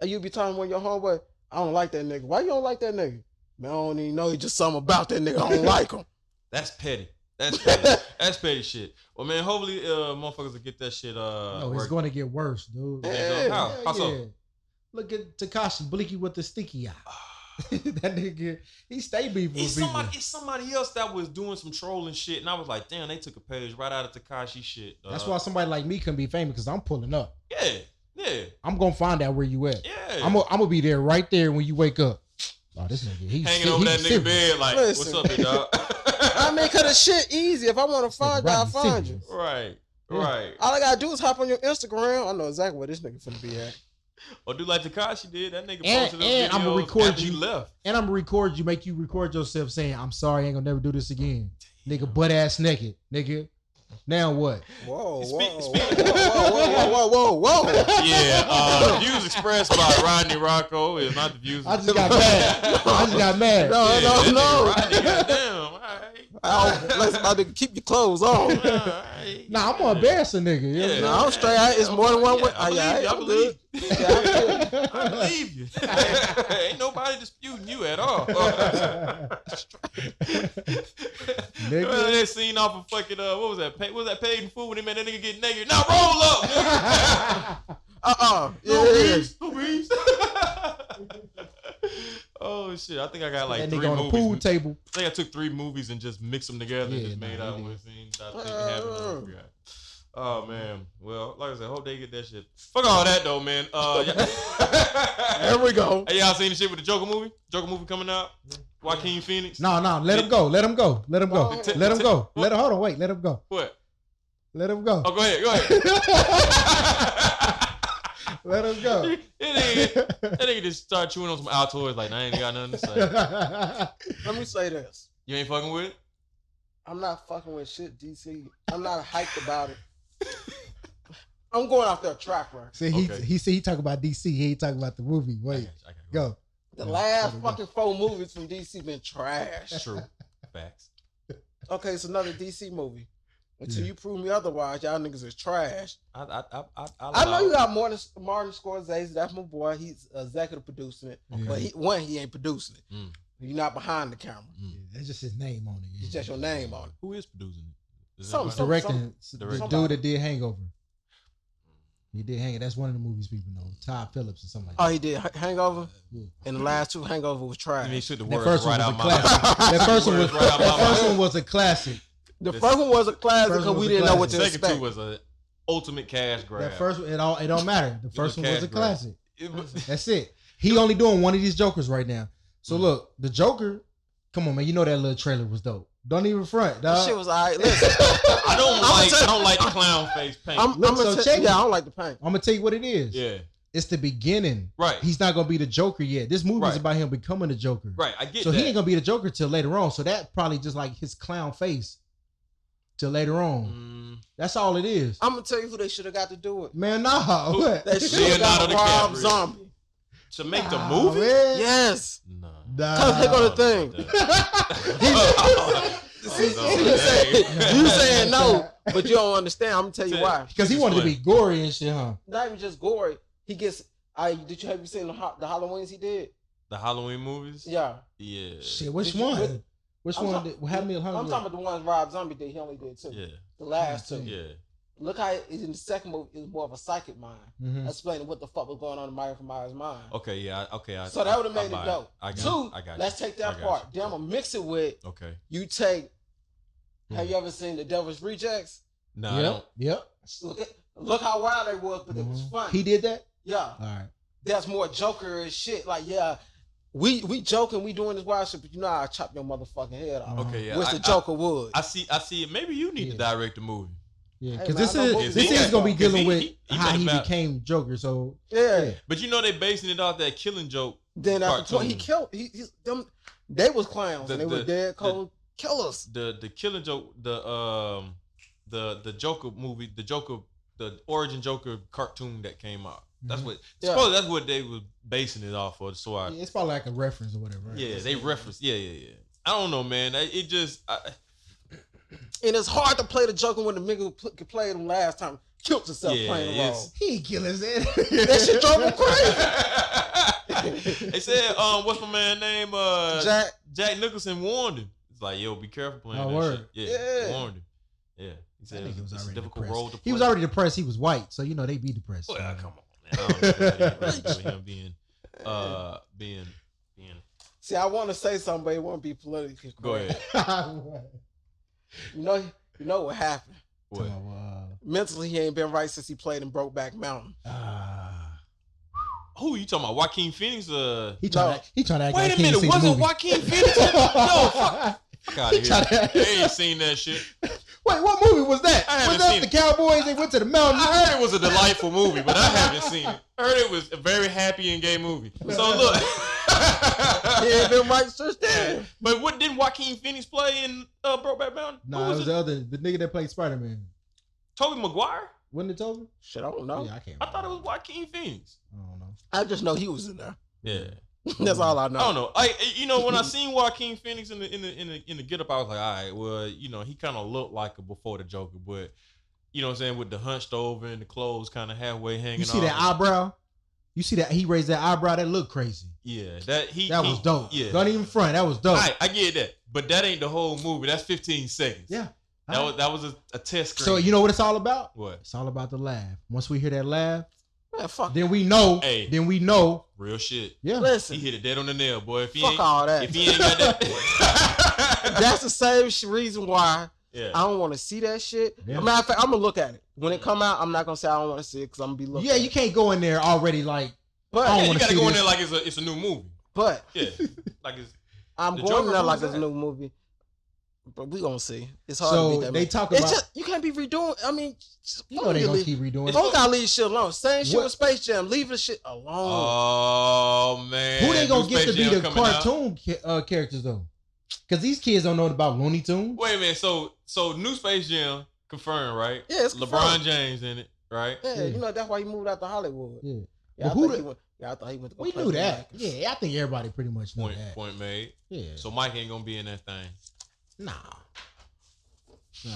and you be talking with your homeboy, I don't like that nigga. Why you don't like that nigga? Man, I don't even know. It's just something about that nigga. I don't like him. That's petty. That's [LAUGHS] petty. That's petty shit. Well, man, hopefully, uh, motherfuckers will get that shit. Uh, no, it's worked. going to get worse, dude. Yeah. How? Hell How so? yeah. Look at Takashi Bleaky with the sticky eye. [LAUGHS] that nigga, he stay beefing It's with people. Ah. somebody, it's somebody else that was doing some trolling shit, and I was like, damn, they took a page right out of Takashi shit. dawg. That's why somebody like me can be famous because I'm pulling up. Yeah, yeah, I'm gonna find out where you at. yeah. I'm gonna I'm gonna be there right there when you wake up. Oh, this nigga, he's hanging over that nigga bed, like, Listen. what's up, big dog? [LAUGHS] [LAUGHS] I mean, cause the shit easy. If I want to find you, I Rodney find you. Simmons. right, Yeah. right. All I gotta do is hop on your Instagram. I know exactly where this nigga finna be at. Or do Oh, like Takashi did. That nigga And- posted and up I'ma videos record after you. [LAUGHS] you left. And I'm gonna record you, make you record yourself saying, "I'm sorry, I ain't gonna never do this again." Nigga, butt ass naked, nigga. Now what? Whoa, whoa, Spe- whoa, whoa, speak- whoa, whoa, whoa, whoa, whoa. Yeah, uh, views expressed by Rodney Rocco is not the views. I [LAUGHS] just got mad. I just got mad. No, Yeah, no, that no. nigga Rodney, goddamn, all right. I don't- listen, my nigga, keep your clothes on. [LAUGHS] Nah, I'm gonna embarrass a nigga. you know what I'm Yeah. No, I'm straight. I, it's more than one way. I Oh, yeah, believe you. I I'm believe good. you. Yeah, I'm good. [LAUGHS] I believe [LAUGHS] you. [LAUGHS] Ain't nobody disputing you at all. [LAUGHS] Remember that scene off of fucking uh, what was that? Pa- what was that paid in food when they made that nigga get naked? Now roll up. nigga. Uh-uh. no Yeah. [LAUGHS] [LAUGHS] breeze, no breeze. oh shit! I think I got like that three nigga on the movies. pool table. I think I took three movies and just mixed them together and Yeah, just made nah, out you one scene. that I think Uh. happened. I forgot. Oh man. Well, like I said, hope they get that shit. Fuck all that though, man. [LAUGHS] Uh, There y'all- we go. [LAUGHS] hey, y'all seen the shit with the Joker movie? Joker movie coming out. Joaquin Phoenix. No, no, let him go. Let him go. Let him go. The te- Let him the go. te- Let him hold on. Wait. Let him go. What? Let him go. Oh, go ahead. [LAUGHS] Go ahead. Let him go. that, nigga, that nigga just start chewing on some Altoids like, nah, I ain't got nothing to [LAUGHS] say. Let me say this. You ain't fucking with it? I'm not fucking with shit, DC. I'm not hyped about it. I'm going off their track record. See, he Okay. he said he talk about DC. He ain't talking about the movie. I Wait, got you, I got you. go. The Yeah, last there we go. fucking four movies from DC been trash. That's true. Facts. Okay, it's another DC movie. Until Yeah. you prove me otherwise, y'all niggas is trash. I, I, I, I, I know allow- you got Martin, Martin Scorsese. That's my boy. He's executive producing it. Yeah. But he, one, he ain't producing it. Mm. You're not behind the camera. Yeah, that's just his name on it. yeah. Mm. It's just your name on it. Who is producing it? Is Some- anybody- some- directing the Directing. dude that did Hangover. He did Hangover. That's one of the movies people know. Todd Phillips or something Oh, like he did H- Hangover, Yeah. and the last two Hangover was I mean, trash. shit, the that. words That first right one out was a my classic. That first one was Words right out my that first mouth. one was a classic. The This- first one was a classic First one because we was a didn't [LAUGHS] know classic. what to second expect. two was a ultimate cash grab. That first one, it all it don't matter. The first one was cash a grab. classic. It [LAUGHS] was- That's it. He only doing one of these jokers right now. So Mm. look, the Joker. Come on, man. You know that little trailer was dope. Don't even front, That dog. shit was alright. Listen, I don't I'ma like. tell- I don't like the clown face paint. I'm, Look, I'm gonna so tell- check yeah, it. I don't like the paint. I'm gonna tell you what it is. yeah, It's the beginning. right, He's not gonna be the Joker yet. This movie is Right. about him becoming the Joker. right. I get So that. he ain't gonna be the Joker till later on. So that probably just like his clown face till later on. Mm, That's all it is. I'm gonna tell you who they should have got to do it. Man, nah. [LAUGHS] Who- What? They should have got Leonardo Rob DiCaprio. Zombie. to make the Nah, movie. man. Yes, Nah. Nah. cause [LAUGHS] they I gonna don't think. like that. [LAUGHS] See, no, see, [LAUGHS] you dang. say- you saying no, but you don't understand. I'm gonna tell you why. Because he wanted to be gory and shit, huh? Not even just gory. He gets. I did you have you seen the, ho- the Halloween's he did? [LAUGHS] The Halloween movies? Yeah. Yeah. Shit, which Did you- one? what- which I'm one? talk- did, how many? How I'm many? talking about the ones Rob Zombie did. He only did two. Yeah. The last two. Yeah. Yeah. Look how it, in the second movie it was more of a psychic mind Mhm. explaining what the fuck was going on in Michael Myers' mind. Okay, yeah. I- Okay, I So that would've I- I made it buy dope. I got Two, I got let's take that I got part. you. Then I'm gonna mix it with you. Okay. you take. Have Mm. Mhm. you ever seen The Devil's Rejects? No, I don't. Yep. Yep. Look, at- look how wild they was, but it was Mhm. fun. He did that. yeah, All right. that's more Joker and shit. Like, yeah, we we joking, we doing this wild shit, but you know I chop your motherfucking head off. Mhm. Okay, Oh, yeah. Which I, the Joker would. I, I see. I see. it. Maybe you need to Yeah. direct the movie. Yeah, Hey, because man, this I know is both this of is them. gonna be dealing He- with he- he how he talking about- became Joker. So yeah. yeah. But you know they basing it off that Killing Joke. Then after twenty, he Cartoon. killed. He, he them. They was clowns. The- and they were the- dead cold killers. The the Killing Joke. The um the the Joker movie. The Joker. The origin Joker cartoon that came out. That's Mhm. what. Yeah. Suppose that's what they were basing it off of. So I. Yeah, it's probably like a reference or whatever. right? Yeah, they reference. Yeah, yeah, yeah. I don't know, man. I- It just. I, [LAUGHS] And it's hard to play the Joker when the nigga who pl- could play them last time killed himself Yeah, playing the it's- role. He ain't killing [LAUGHS] that. That shit drove him crazy. they said, um, what's my man name? Uh, Jack, Jack, Nicholson warned him. It's like, yo, be careful playing Oh, that word. shit. Yeah, Yeah. warned him. Yeah, he That said nigga it's, was it's a already difficult depressed. role to play. Oh, He was already depressed. He was white, so you know they be depressed. Well, man. come on, [LAUGHS] man. I don't know about that, him being, uh, being, being. see, I want to say something, but it won't be politically correct. Go ahead. [LAUGHS] You know, you know what happened. What? So, Mentally, he ain't been right since he played in Brokeback Mountain. uh, ah. Who you talking about? Joaquin Phoenix? Uh, he tried. No. to He tried to act. wait like a he ain't minute, seen the wasn't movie. [LAUGHS] Joaquin [LAUGHS] Phoenix? in- no, fuck out He of here. tried to- They ain't seen that shit. Wait, what movie was that? I haven't was that seen the Cowboys? They went to the mountain. I heard it was a delightful movie, but I haven't seen it. I heard it was a very happy and gay movie. [LAUGHS] So He ain't look. been right since [LAUGHS] then. but what didn't Joaquin Phoenix play in uh, Brokeback Mountain? No, Who it was was it? the other, the nigga that played Spider Man. Toby Maguire? Wasn't it Toby? Shit, I don't know. Yeah, I can't. I thought it was remember. Joaquin Phoenix. I don't know. I just know he was in there. Yeah, That's all I know. Oh, I don't know. I I- you know [LAUGHS] when I seen Joaquin Phoenix in the in the in the, in the get up, I was like, all right, well, you know, he kind of looked like a before the Joker, but you know what I'm saying with the hunched over and the clothes kind of halfway hanging. You see off. that eyebrow? You see that he raised that eyebrow? That looked crazy. Yeah, that he That he- was dope. Yeah, Don't even front. That was dope. All right, I get that, but that ain't the whole movie. That's 15 seconds. Yeah. that was that was a, a test screen. So you know what it's all about? what? It's all about the laugh. Once we hear that laugh, Man, fuck. then we know. Hey. Then we know. Real shit. Yeah. Listen, He hit it dead on the nail, boy. If he fuck ain't, all that. if he ain't got [LAUGHS] that, That's the same sh- reason why yeah, I don't want to see that shit. Yeah. Matter of fact, I'm gonna look at it when it come out. I'm not gonna say I don't want to see it because I'm gonna be looking. Yeah, at you it. can't Oh. go in there already like But I yeah don't you wanna gotta see go in this. there like it's a it's a new movie. but [LAUGHS] Yeah, like it's I'm The going Joker, there who like was it's a that? new movie. But we gonna see. It's hard to so. beat that. They movie. talk it's about just you can't be redoing. I mean, just- you know they gonna leave- keep redoing. it. Folk gotta leave shit alone. Same shit What- with Space Jam. Leave the shit alone. oh man, Who they gonna New get to Space be Jam the coming out. cartoon ca- uh, characters though? Because these kids don't know about Looney Tunes. Wait a minute. So so new Space Jam confirmed, right? yeah, it's LeBron confirmed. James in it, right? Yeah, you know that's why he moved out to Hollywood. Yeah. Yeah, I, But who think the- he went, yeah I thought he went to go We play knew for the that. Lakers. Yeah, I think everybody pretty much knew Point that. point made. Yeah. So Mike ain't gonna be in that thing. Nah. Nah.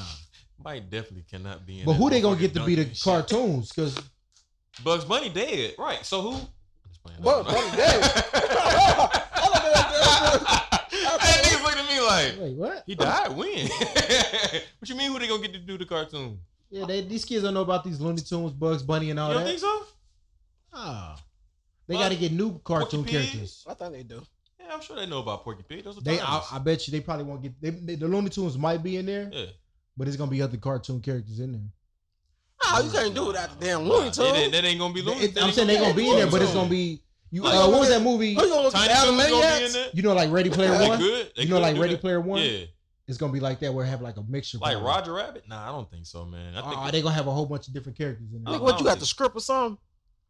Mike definitely cannot be in. But that who they gonna motherfucking get to be dunking the and shit. cartoons? Because Bugs Bunny dead, right? So who? Bugs Bunny [LAUGHS] dead? I look at that damn boy. That niggas looking at me like wait, what? he died when? [LAUGHS] what you mean? Who they gonna get to do the cartoon? Yeah, they, these kids don't know about these Looney Tunes, Bugs Bunny, and all you don't that. think so? Ah. They Well, got to get new cartoon Porky Pig. characters. I think they do. Yeah, I'm sure they know about Porky Pig. Those are They, I, times. I bet you, they probably won't get. They, they, the Looney Tunes might be in there, yeah. but it's gonna be other cartoon characters in there. Oh, you can't do it out the damn Nah, Looney That ain't, Tunes. that ain't gonna be Looney. It- that I'm ain't saying they're gonna be in there, but it's gonna be you. Like, Uh, what was that movie? Who Oh, you gonna Tiny get out of Toons gonna be in maniacs? there. You know, like Ready Player They One. could. They you know, could like do Ready that. Player One. Yeah, It's gonna be like that, where it have like a mixture. like probably. Roger Rabbit. Nah, I don't think so, man. I think Uh, they gonna have a whole bunch of different characters in there. Oh, Nigga, what you got Looney. the script or something?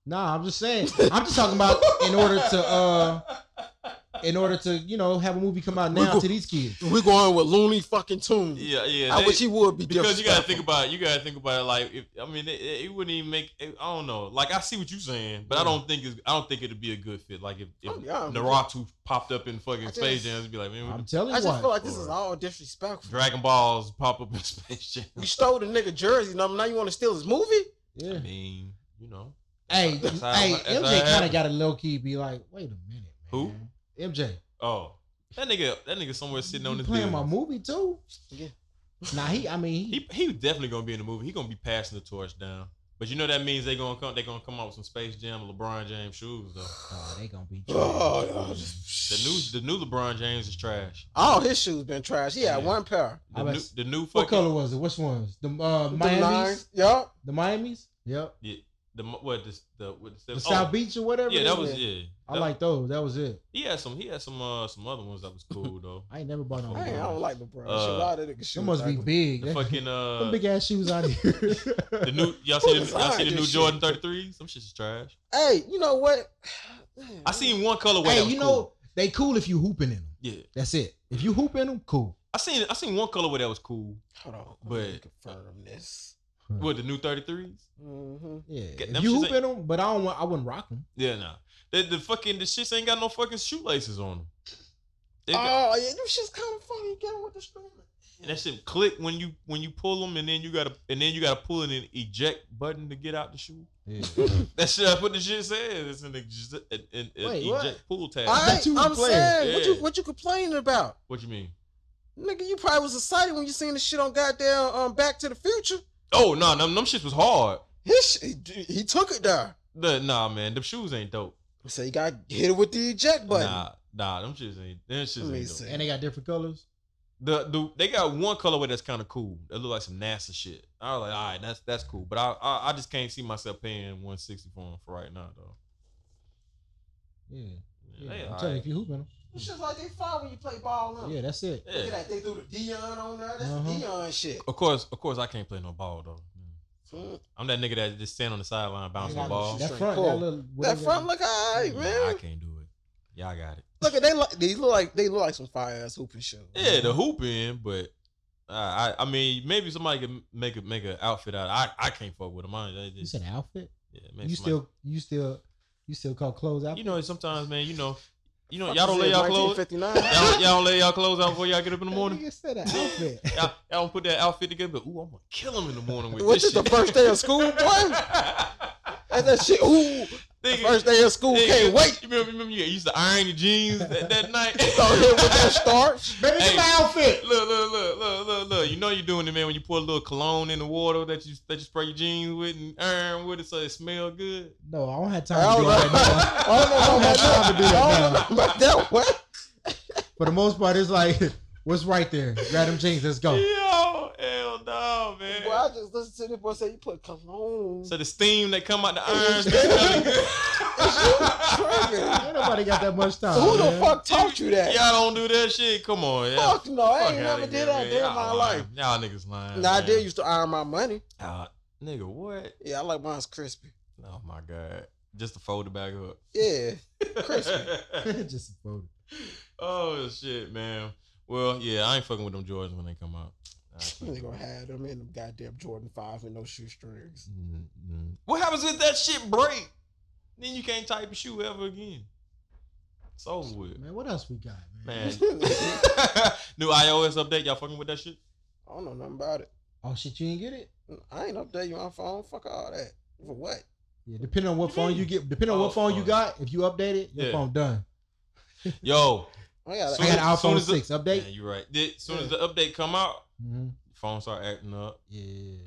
Nah, I'm just saying. I'm just talking about in order to uh in order to, you know, have a movie come out now to these kids. We going with Looney fucking Tunes. [LAUGHS] yeah, yeah. I they- wish he would be because you gotta disrespectful. think about it, you gotta think about it like if, I mean it, it wouldn't even make I don't know like I see what you're saying but I don't think it's, I don't think it'd be a good fit like if, if Oh, yeah. Naruto popped up in fucking I Space just- Jam it'd be like man I'm what telling I you just feel what. like this is all disrespectful. the, Dragon Balls pop up in [LAUGHS] Space Jam You stole the nigga jersey number. Now you want to steal his movie? Yeah. I mean you know Hey, That's how- hey, that's how it MJ kind happened. of got a low key be like, wait a minute, man. Who? MJ. Oh, that nigga, that nigga somewhere sitting on You this. playing my Building. movie too? Yeah. Nah, he. I mean, he, He he definitely gonna be in the movie. He gonna be passing the torch down. But you know that means they gonna come. They gonna come out with some Space Jam, LeBron James shoes though. oh, they gonna be. Oh, oh, The new the new LeBron James is trash. all his shoes been trash. He had Yeah. one pair. The I new, must- the new What fucking color was it? Which ones? The uh, The nine. Miami's. Yup. The Miami's. Yep. the mo- what this the what The oh, South Beach or whatever. Yeah, it that is. was is. yeah. I That- like those. That was it. he had some he had some uh some other ones [LAUGHS] that was cool though. I ain't never bought no. I ain't- I LeBron. don't like LeBron. Oh, Uh, Shit, a lot of niggas shoes. Them must be ugly. big. The That- fucking them uh big ass shoes out here. the new [LAUGHS] y'all see Who the, y'all see the designed new this shit? Jordan thirty three. Some shit's trash. Hey, you know what? [SIGHS] I seen one colorway. that hey, was you know cool. they cool if you hooping in them. yeah. That's it. If you hoop in them, cool. I seen I seen one colorway that was cool. Hold on. But- Let me confirm this. What the new thirty threes? hmm Yeah, Get if them you shits hoop in them, but I don't want. I wouldn't rock them. Yeah, nah. The, the fucking the shits ain't got no fucking shoelaces on them. They got, Oh yeah, you shit's kind of funny. Get with the string. and that shit click when you when you pull them, and then you gotta and then you gotta pull in an eject button to get out the shoe. Yeah. That shit, that's what the shit says. It's an, ex- an, an, an Wait, what? eject pull tag. All right, you was I'm playing. saying what you Yeah. what you complaining about, What you mean? nigga? You probably was excited when you seen the shit on goddamn um Back to the Future. Oh no, nah, them, them shits was hard. His shit, he, he took it there. The, nah, man, them shoes ain't dope. So you got hit it with the eject button. Nah, nah, them shits ain't. Them Let shits me ain't dope. see. and they got different colors. The, the they got one colorway that's kind of cool. That look like some NASA shit. I was like, all right, that's that's cool. But I I, I just can't see myself paying one sixty for 'em for right now though. Yeah, yeah. Yeah, they I'm all telling you, right. if you hooping them, Them shit's like they fall when you play ball. Huh? yeah, that's it. Yeah. Look at that. They threw the Dion on there. That's Uh-huh. the Dion shit. Of course, of course, I can't play no ball though. Mm. I'm that nigga that just stand on the sideline bouncing the Ain't got no ball. That Straight front, that pull. little That whatever- front look alright, Nah, man. I can't do it. Y'all got it. Look at they look. They look like they look like some fire ass hooping shoes. Yeah, the hoop in, but uh, I I mean maybe somebody can make a make an outfit out. I I can't fuck with them. I, I You just, said outfit. yeah, man, you somebody- still, you still, you still call clothes outfit. you know sometimes man you know you know y'all don't lay y'all clothes y'all, 1959. don't- y'all don't lay y'all clothes out before y'all get up in the morning. Nigga said an outfit. Y'all, y'all don't put that outfit together. But, ooh, I'm gonna kill him in the morning with What this this shit. the [LAUGHS] first day of school, boy? That's that shit. Ooh, Nigga, first day of school. nigga, Can't wait. You remember, remember you used to iron your jeans that, [LAUGHS] that night. Out here with that starch. Baby, Hey. my outfit. [LAUGHS] Look, look, look, look, look, look. You know you're doing it, man, when you put a little cologne in the water that you that you spray your jeans with and iron with it so it smell good. No, I don't have I time to don't do that. now. know. I don't know I don't about have time to do that. that I now. don't know about that one. For the most part, it's like, [LAUGHS] what's right there? Grab them jeans. Let's go. Yo, hell no, man. Oh. Boy, I just listened to this boy say you put cologne. So the steam that come out the iron It's smell [LAUGHS] true. good. [LAUGHS] Ain't nobody got that much time. So who the man. fuck taught you that? Y'all don't do that shit. Come on, yeah. Fuck no, I ain't outta never here, did that man. a day in Y'all my lying. life. Y'all niggas lying. Nah, I man. did used to iron my money. Ah, nigga, what? Yeah, I like mine's crispy. Oh my god. Just to fold it back up. Yeah, [LAUGHS] Crispy. [LAUGHS] Just voted. [LAUGHS] oh shit, man. Well, yeah, I ain't fucking with them Jordans when they come out. I ain't fucking they with gonna them. have them in them goddamn Jordan five with no shoestrings. Mm, mm. What happens if that shit break? Then you can't type a shoe ever again. It's over with. Man, what else we got, man? Man. [LAUGHS] I New iOS update, y'all fucking with that shit? don't know nothing about it. Oh shit, you ain't get it. I ain't update you on phone. Fuck all that. For what? Yeah, depending on what You phone mean? you get, depending on Oh, what phone you phone. got, if you update it, your Yeah. phone done. Yo. I got. So- I I got an soon iPhone as the- six Yeah, update. you right. Did, as soon as the update come out, hmm phone start acting up. Yeah.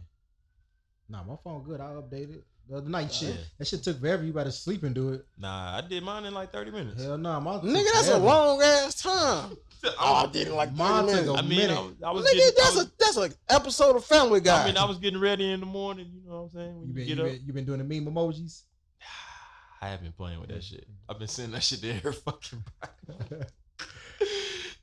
Nah, my phone good. I updated it the other night. Shit, yeah. that shit took forever. You better sleep and do it. Nah, I did mine in like 30 minutes. Hell no, nah, my nigga, that's a long ass time. Oh, I did it like Mine thirty took minutes. a I mean, I, minute. I was nigga, getting, I that's was- a that's an episode of Family Guy. I mean, I was getting ready in the morning. You know what I'm saying? When You you, been you, get up, been you been doing the meme emojis. [SIGHS] [LAUGHS] I have been playing with that shit. I've been sending that shit to every [LAUGHS] fucking body.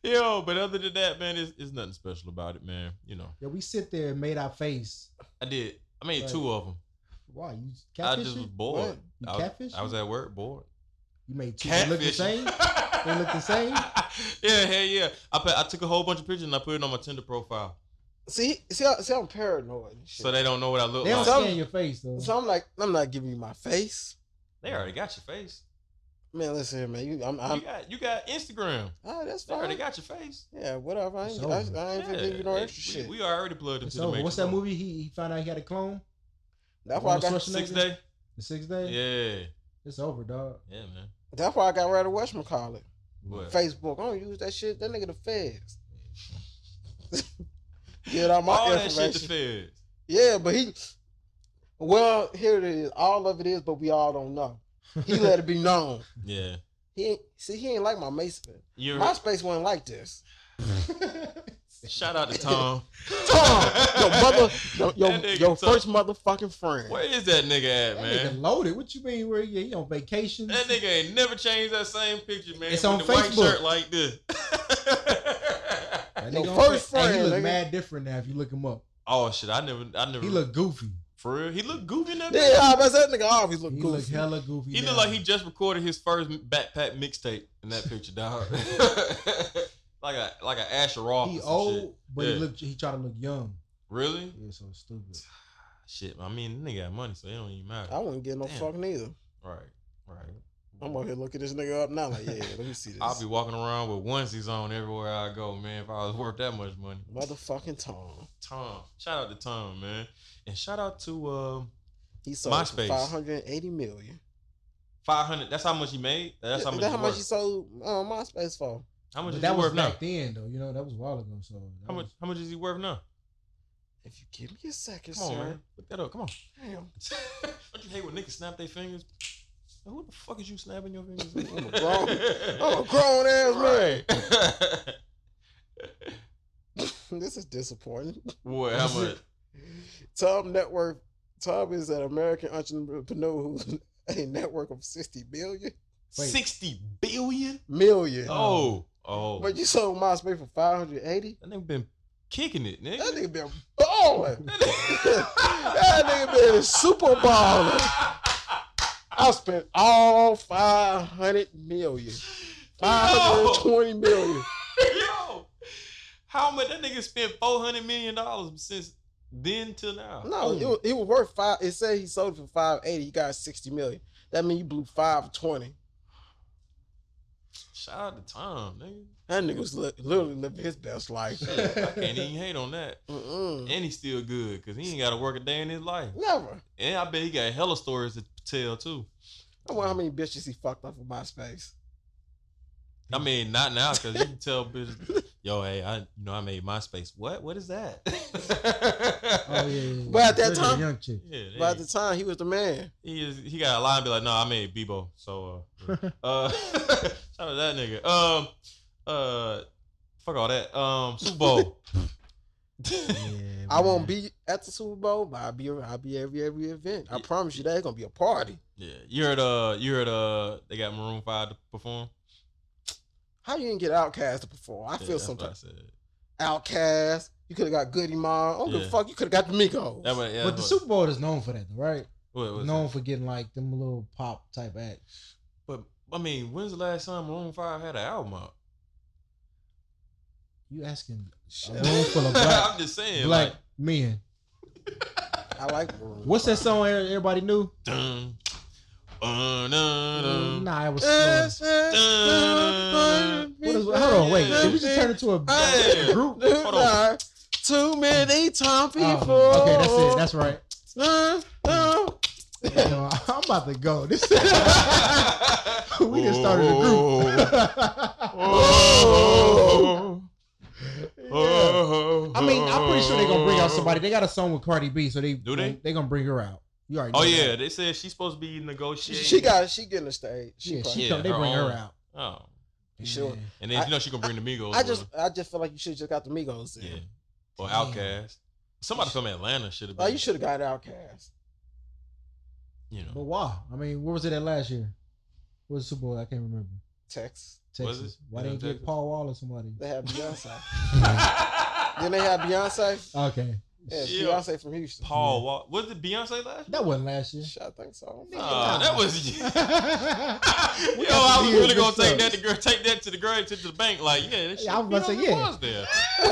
Yo, but other than that, man, it's, it's nothing special about it, man. You know, yeah, we sit there and made our face. I did. I made Right. two of them. Why you I just was catfishing? bored. You I was, catfishing? I was at work bored. You made two that Catfishing. look the [LAUGHS] same. They look the same? yeah, yeah, yeah. I put, I took a whole bunch of pictures and I put it on my Tinder profile, see, see, I- see, I'm paranoid. And shit. so they don't know what I look They don't like. Some- scan your face though. so I'm like, I'm not giving you my face. they already got your face. Man, listen here, man. You, I'm, I'm, you got you got Instagram. ah, that's They already fine. got your face. Yeah, whatever. I ain't, It's I, I ain't over. finna give you no they- extra we, shit. We already plugged into It's the over. Matrix. What's that movie? He, he found out he had a clone. that's why I got. Arnold Six Schwarzenegger? day. The sixth day. Yeah, It's over, dog. [LAUGHS] yeah, man. That's why I got rid of Westman College. What? Facebook. I don't use that shit. That nigga the feds. [LAUGHS] Get all my All that information. shit the feds. yeah, but he. Well, here it is. All of it is, but we all don't know. He let it be known. Yeah. He ain't, see, he ain't like my Mason. You're MySpace wasn't like this. shout out to Tom. Tom, [LAUGHS] your mother, your, your, That nigga your Tom. first motherfucking friend. Where is that nigga at, That man? nigga loaded. What you mean? Where he, he on vacation? That nigga ain't never changed that same picture, man. It's With on the Facebook. white shirt like this. [LAUGHS] That Your nigga on first va- Hey, friend, He nigga. look mad different now. If you look him up, oh shit, I never, I never. he look goofy. for real. He look goofy in that. Yeah, picture. I bet that nigga always He looked look goofy. hella goofy. He now. looked like he just recorded his first backpack mixtape in that picture, [LAUGHS] dog. [LAUGHS] like a like a Asher Roth. He or some old, shit. but he Yeah. look he try to look young. Really? Yeah, so stupid. Shit. I mean, nigga got money, so it don't even matter. I wouldn't get no Damn. fuck neither. Right. Right. I'm over here looking this nigga up now. Like, yeah, let me see this. I'll be walking around with onesies on everywhere I go, man. If I was worth that much money. Motherfucking Tom. Tom, shout out to Tom, man, and shout out to um He sold for MySpace. 580 million. five hundred. That's how much he made. That's how Is much. that he how much worth? he sold uh, MySpace for? How much But is that he was worth now? back then, though. You know, that was a while ago. So that How much? [LAUGHS] was- How much is he worth now? If you give me a second, Come on, sir. man, look that up. Come on. Damn. [LAUGHS] Don't you hate when niggas snap their fingers? Who the fuck is you snapping your fingers? I'm a [LAUGHS] grown- I'm a grown ass man. Right. [LAUGHS] [LAUGHS] this is disappointing. what? How much? Tom Network. Tom is an American entrepreneur who's [LAUGHS] a network of 60 billion. Wait. Sixty billion? Million. Oh, oh. But you sold MySpace for 580? that nigga been kicking it, nigga. That nigga been balling. [LAUGHS] That nigga- that nigga been super balling. I spent all 500 million. 520 million. Yo, how much that nigga spent four hundred million dollars since then till now? No, it was, it was worth five. It said he sold it for 580. You got 60 million. That means you blew 520. shout out to Tom, nigga. That nigga was li- literally living his best life. I can't even hate on that. Mm-mm. And he's still good because he ain't got to work a day in his life. Never. And I bet he got hella stories to tell too. I wonder how many bitches he fucked up in MySpace. Mm. I mean, not now because [LAUGHS] you can tell bitches, yo, hey, I, you know, I made MySpace. What? What is that? Oh yeah, yeah, yeah. But at that Look the time- young chick. [LAUGHS] Yeah, By they- the time he was the man. he is he got a line and be like, no, I made Bebo. So uh, uh [LAUGHS] shout out to that nigga. Um uh fuck all that. Um [LAUGHS] Super Bowl. Yeah, I man. won't be at the Super Bowl, but I'll be I'll be every every event. I promise you that it's gonna be a party. yeah. You're at uh you're at uh they got Maroon Five to perform. How you didn't get outcast to perform? I Yeah, feel that's what I sometimes said. outcast. You could have got Goody Mom. I don't give a Yeah. fuck. You could have got the Migos. That way, yeah, But the that's Super Bowl is known for that, though, right? what- what was known it? for getting like them little pop type acts. but I mean, when's the last time Maroon Five had an album out? You asking a Shit. room [LAUGHS] full of black, I'm just saying, black like, men. I like Maroon. What's that song every- everybody knew? dun, uh, dun, dun, dun. Mm, Nah, it was. slow. [LAUGHS] Yes, yes, Dun. What is, hold on, wait. Did we just turn into a Hey. group? Hold on. Too many time people. Oh, okay, that's it. That's right. Dun, dun. No, [LAUGHS] I'm about to go. This [LAUGHS] we we just started a group. [LAUGHS] Oh, Yeah. I mean, I'm pretty sure they're gonna bring out somebody. They got a song with Cardi B, so they Do they? they gonna bring her out. You already. Oh know yeah, that. they said she's supposed to be negotiating. She got. She getting the stage. She yeah. probably- She Yeah, come, they her bring own. her out. Oh, Sure. Yeah. and then you know she gonna bring the Migos. I with just. her. I just feel like you should have just got the Migos. In. yeah, or Damn. Oh, Outcast. Somebody from Atlanta should have. Like you been, should have got Outcast. You But know, why? I mean, where was it at last year? What was the Super Bowl? I can't remember. Texas. Texas. it? Why It they was didn't get Texas? Paul Wall or somebody? They have Beyonce. then then they have Beyonce. Okay, Yeah, Yeah. Beyonce from Houston. [LAUGHS] Paul Wall. Was it Beyonce last? that wasn't last year. Shit, I think so. No, nah. that was. yeah, [LAUGHS] Yo, got I the was years really gonna mixed take up. that to gr- take that to the grave to the bank. Like, yeah, that shit, I was about to Beyonce say, [LAUGHS] yeah. was there. [LAUGHS] I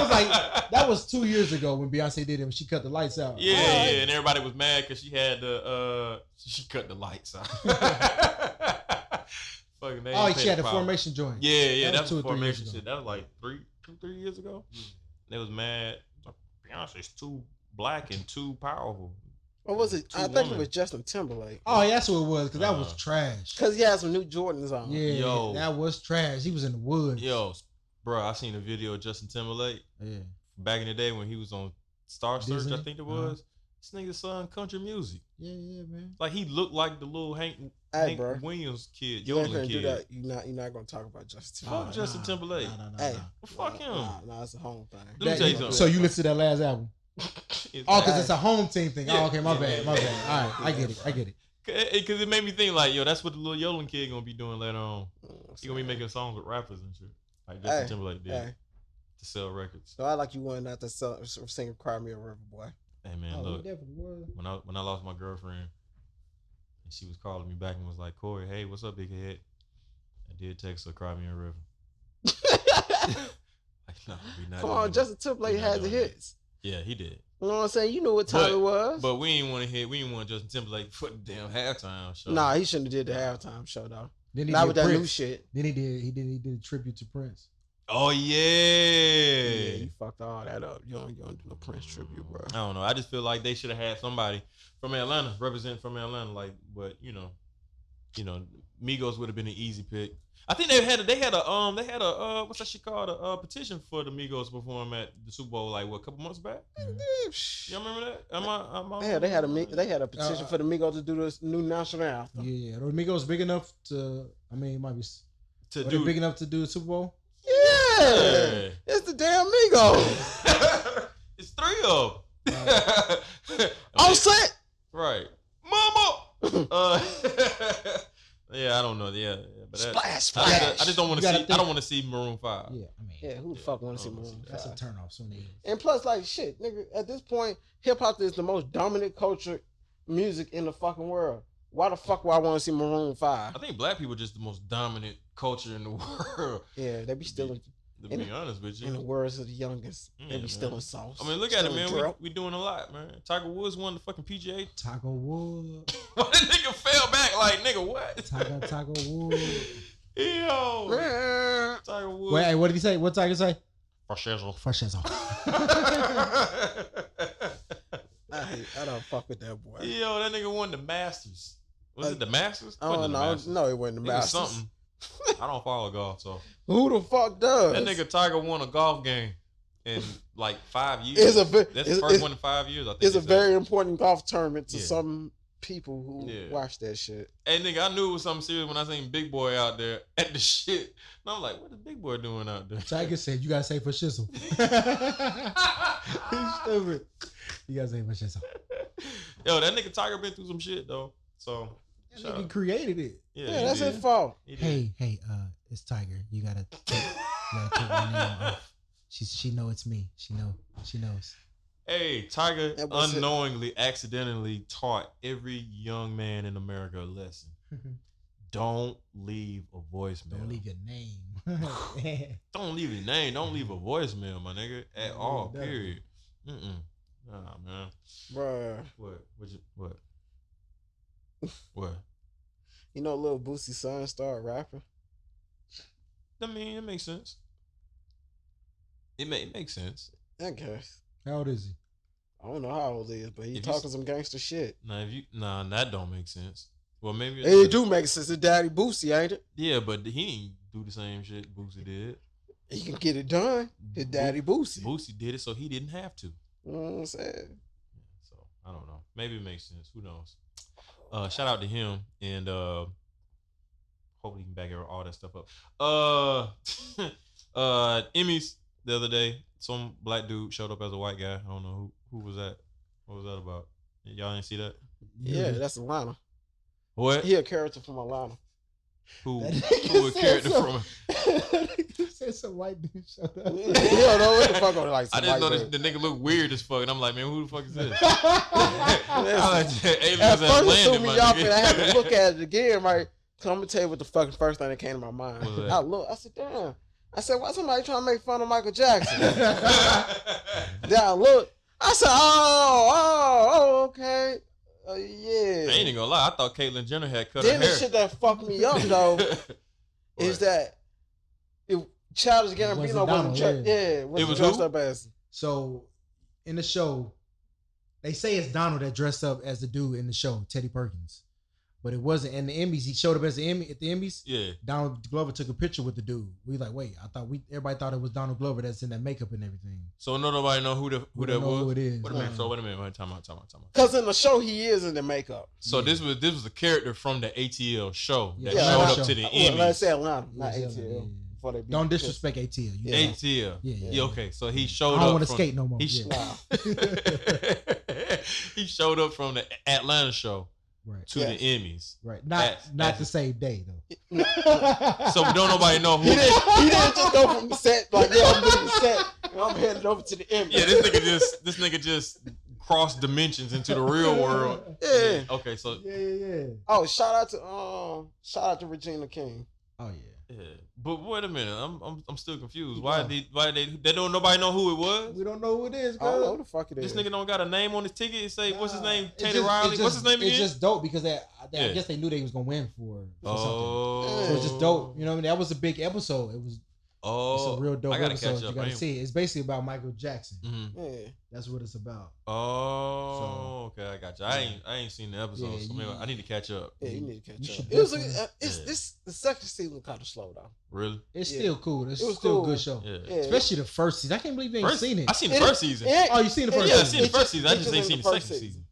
was [LAUGHS] like, that was two years ago when Beyonce did it when she cut the lights out. Oh, Yeah, Alright. yeah, and everybody was mad because she had the uh, she cut the lights [LAUGHS] out. [LAUGHS] Fucking they Oh, ain't she had paid the problem. formation joint. Yeah, yeah, That that was was, two or three formation years ago. shit. That was like three, two, three years ago. They was mad. Beyonce's too black and too powerful. Or was it? Two I think it women. was Justin Timberlake. Oh, yeah, that's what it was because that was Uh-huh. trash. Cause he had some new Jordans on. Yeah, Yo. that was trash. He was in the woods. Yo, bro, I seen a video of Justin Timberlake Yeah. back in the day when he was on Star Search, Disney? I think it Uh-huh. was. This nigga sung country music. Yeah, yeah, man. Like he looked like the little Hank, Hey, Hank bro, Williams kid, you ain't yodeling gonna do kid. that. You not. You not gonna talk about Justin. Fuck Oh, Timberlake. Justin Timberlake. Nah, nah, nah, Hey. nah. Well, fuck him. Nah, nah, it's a home thing. Let me That- tell you something. So you listen to that last album? It's Oh, like- [LAUGHS] because it's a home team thing. Yeah. Oh, okay, my Yeah, bad, yeah, my yeah. bad. All right, I get it, I get it. Because it made me think, like, yo, that's what the little yodeling kid gonna be doing later on. Mm, He gonna be so- making songs with rappers and shit, like Justin Hey, Timberlake did Hey, to sell records. so I like you wanting not to sell, sing "Cry Me a River," boy. Hey man, Oh, we look, definitely were. when I when I lost my girlfriend, and she was calling me back and was like, Corey, hey, what's up, big head? I did text her, cry me a river. [LAUGHS] Like, no, we not. Come doing on, it. Justin Timberlake We're not had the doing that. hits. Yeah, he did. You know what I'm saying? You knew what time But- it was. But we ain't want to hit. We ain't want Justin Timberlake for the damn halftime show. nah, he shouldn't have did the halftime show though. Then he Not did with that new Prince. shit. Then he did. He did. He did a tribute to Prince. Oh Yeah, yeah. you fucked all that up. You don't, you don't do no Prince tribute, bro. I don't know. I just feel like they should have had somebody from Atlanta represent from Atlanta. Like, but you know, you know, Migos would have been an easy pick. I think they had a, they had a um they had a uh what's that shit called a uh, petition for the Migos to perform at the Super Bowl like what a couple months back. Y'all remember that? Am I? Am I Yeah, they had a mi- they had a petition Uh, for the Migos to do this new national Oh. anthem. Yeah, Yeah, are Migos big enough to? I mean, it might be. s- to Are they do. big enough to do a Super Bowl? [LAUGHS] Yeah. it's the damn Migos it's three of them. [LAUGHS] on set. right, mama. uh, [LAUGHS] yeah, I don't know. Yeah, yeah but that, Splash, I, splash. just- I just don't want You gotta to see. I think- don't want to see Maroon Five. Yeah, I mean, yeah, who the fuck wants to see Yeah, I don't Maroon? see that's a five? turnoff. So they, And plus, like shit, nigga. At this point, hip hop is the most dominant culture music in the fucking world. Why the fuck would I want to see Maroon Five? I think black people just the most dominant culture in the [LAUGHS] world. Yeah, they be still in, To And- be honest with in the you, words of the youngest. They Yeah, be man. still in sauce. Mm-hmm. I mean, look at it, still in man. drought. We, we doing a lot, man. Tiger Woods won the fucking PGA. Taco Wood, Why [LAUGHS] that nigga fell back like nigga? What? Tiger, Taco Wood. [LAUGHS] Yo, Man. Tiger Woods. Wait, hey, what did he say? What Tiger say? Fresh as a- Fresh as all. [LAUGHS] I hate. I don't fuck with that boy. [LAUGHS] Yo, that nigga won the Masters. Was Uh, it the Masters? I don't Wasn't the know. Masters. No, it wasn't the It was Masters. something. [LAUGHS] I don't follow golf, so Who the fuck does? that nigga Tiger won a golf game in like five years. is a ve- That's is- the first is- one in five years. I think. is a they said. very important golf tournament to Yeah. some people who Yeah. watch that shit. Hey nigga, I knew it was something serious when I seen Big Boy out there [LAUGHS] at the shit. And I'm like, what is Big Boy doing out [LAUGHS] there? Tiger said, "You gotta say for shizzle." He's stupid. You gotta say for shizzle. Yo, that nigga Tiger been through some shit though. So That Shout nigga out. created it. yeah, Yeah, he that's did. his fault. He did. Hey, hey, uh, it's Tiger. You gotta, take, you gotta take my name off. She, she know it's me. She know, she knows. [LAUGHS] Hey, Tiger That was it. unknowingly, accidentally taught every young man in America a [LAUGHS] lesson. Don't leave a voicemail. Don't leave your name. [LAUGHS] Don't leave your name. Don't leave a voicemail, my nigga, at Yeah, all. definitely. Period. Mm-mm. Nah, man. Bruh. What? What? You, what? what? You know little Boosie's son started rapping? I mean, it makes sense. It may it makes sense. I guess. How old is he? I don't know how old he is, but he If you talking some gangster shit. Now, if you nah, that don't make sense. Well, maybe it It does. do make sense. It's daddy Boosie, ain't it? Yeah, but he didn't do the same shit Boosie did. He can get it done. It's daddy Boosie. Boosie did it, so he didn't have to. You know what I'm saying? So I don't know. Maybe it makes sense. Who knows? Uh, shout out to him and uh, hopefully he can back all that stuff up. Uh, [LAUGHS] uh, Emmys the other day, some black dude showed up as a white guy. I don't know who who was that. What was that about? Y'all didn't see that? [LAUGHS] Yeah, that's Alana. What? He a character from [LAUGHS] [LAUGHS] Alana. Who? That Who a nigga said character so- from? He said some white dude showed you up. don't know what the fuck on like I some didn't know white this, dude. the nigga looked weird as fuck, and I'm like, man, who the fuck [LAUGHS] is this? [LAUGHS] I I was like, aliens At have first, it threw landed, me my off, nigga. and I had to look at it again, [LAUGHS] right? So I'm gonna tell you what the fucking first thing that came to my mind. What was that? I look, I said, damn. I said, why somebody trying to make fun of Michael Jackson? [LAUGHS] [LAUGHS] then I look, I said, oh, oh, oh, okay, uh, I ain't yeah. even gonna lie, I thought Caitlyn Jenner had cut Then her the hair. shit that fucked me up [LAUGHS] though is that it, Childish Wasn't Gambino wasn't, Donald, dre- yeah. yeah, wasn't was dressed who? up as So in the show, They say it's Donald that dressed up as the dude in the show, Teddy Perkins, but it wasn't. And the Emmys, he showed up as the Emmy at the Emmys. Yeah. Donald Glover took a picture with the dude. We like, wait, I thought we everybody thought it was Donald Glover that's in that makeup and everything. So no nobody know who the who We that don't know was. who it is. Wait a minute. Uh, So wait a minute. Wait, time out. Time out. Time out. Cause in the show he is in the makeup. So Yeah. this was this was a character from the ATL show that Yeah, showed that up show. to the Well, let's Emmys. say Atlanta, not yeah, ATL. yeah, yeah. Before they beat Don't the Pistons. disrespect ATL. You Yeah. know. ATL. Yeah, yeah. Yeah. Okay. So he showed I up. don't want to from- skate no more. He Yeah, sh- [LAUGHS] he showed up from the Atlanta show right, to the Emmys. right. Not That's- not that's- the same day though. [LAUGHS] So don't nobody know He [LAUGHS] who. didn't, he didn't just go from the set like yeah I'm doing the set and I'm headed over to the Emmy. [LAUGHS] Yeah, this nigga just this nigga just crossed dimensions into the real world. yeah. Okay, so Yeah, yeah, yeah. Oh, shout out to um, shout out to Regina King. Oh yeah. yeah. but wait a minute, I'm I'm, I'm still confused. Why did why they they don't nobody know who it was? We don't know who it is, I don't know girl. who the fuck it This is. nigga don't got a name on his ticket. It say what's his Nah. name? It's Taylor just- Riley. it's what's just- his name again? It's just dope because they, they, Yeah. I guess they knew they was gonna win for, for something. oh, So it's just dope. You know what I mean? That was a big episode. It was Oh, it's a real dope I gotta episode. catch up. You I gotta ain't- see it. It's basically about Michael Jackson. Mhm. Yeah. That's what it's about. Oh, okay, I got you. I Yeah. ain't I ain't seen the episode, Yeah, so maybe you- I need to catch up. Yeah, you need to You catch should up. It was definitely- a, uh, it's Yeah. this the second season kind of slow though. Really? It's Yeah. still cool. It's It was still a cool. good show. Yeah. Yeah, Especially the first season. I can't believe you ain't First- seen it. I seen the It- first season. it- oh, you seen the it- first yeah, I season? seen the first season. I it just just ain't ain't seen the the first second season. season.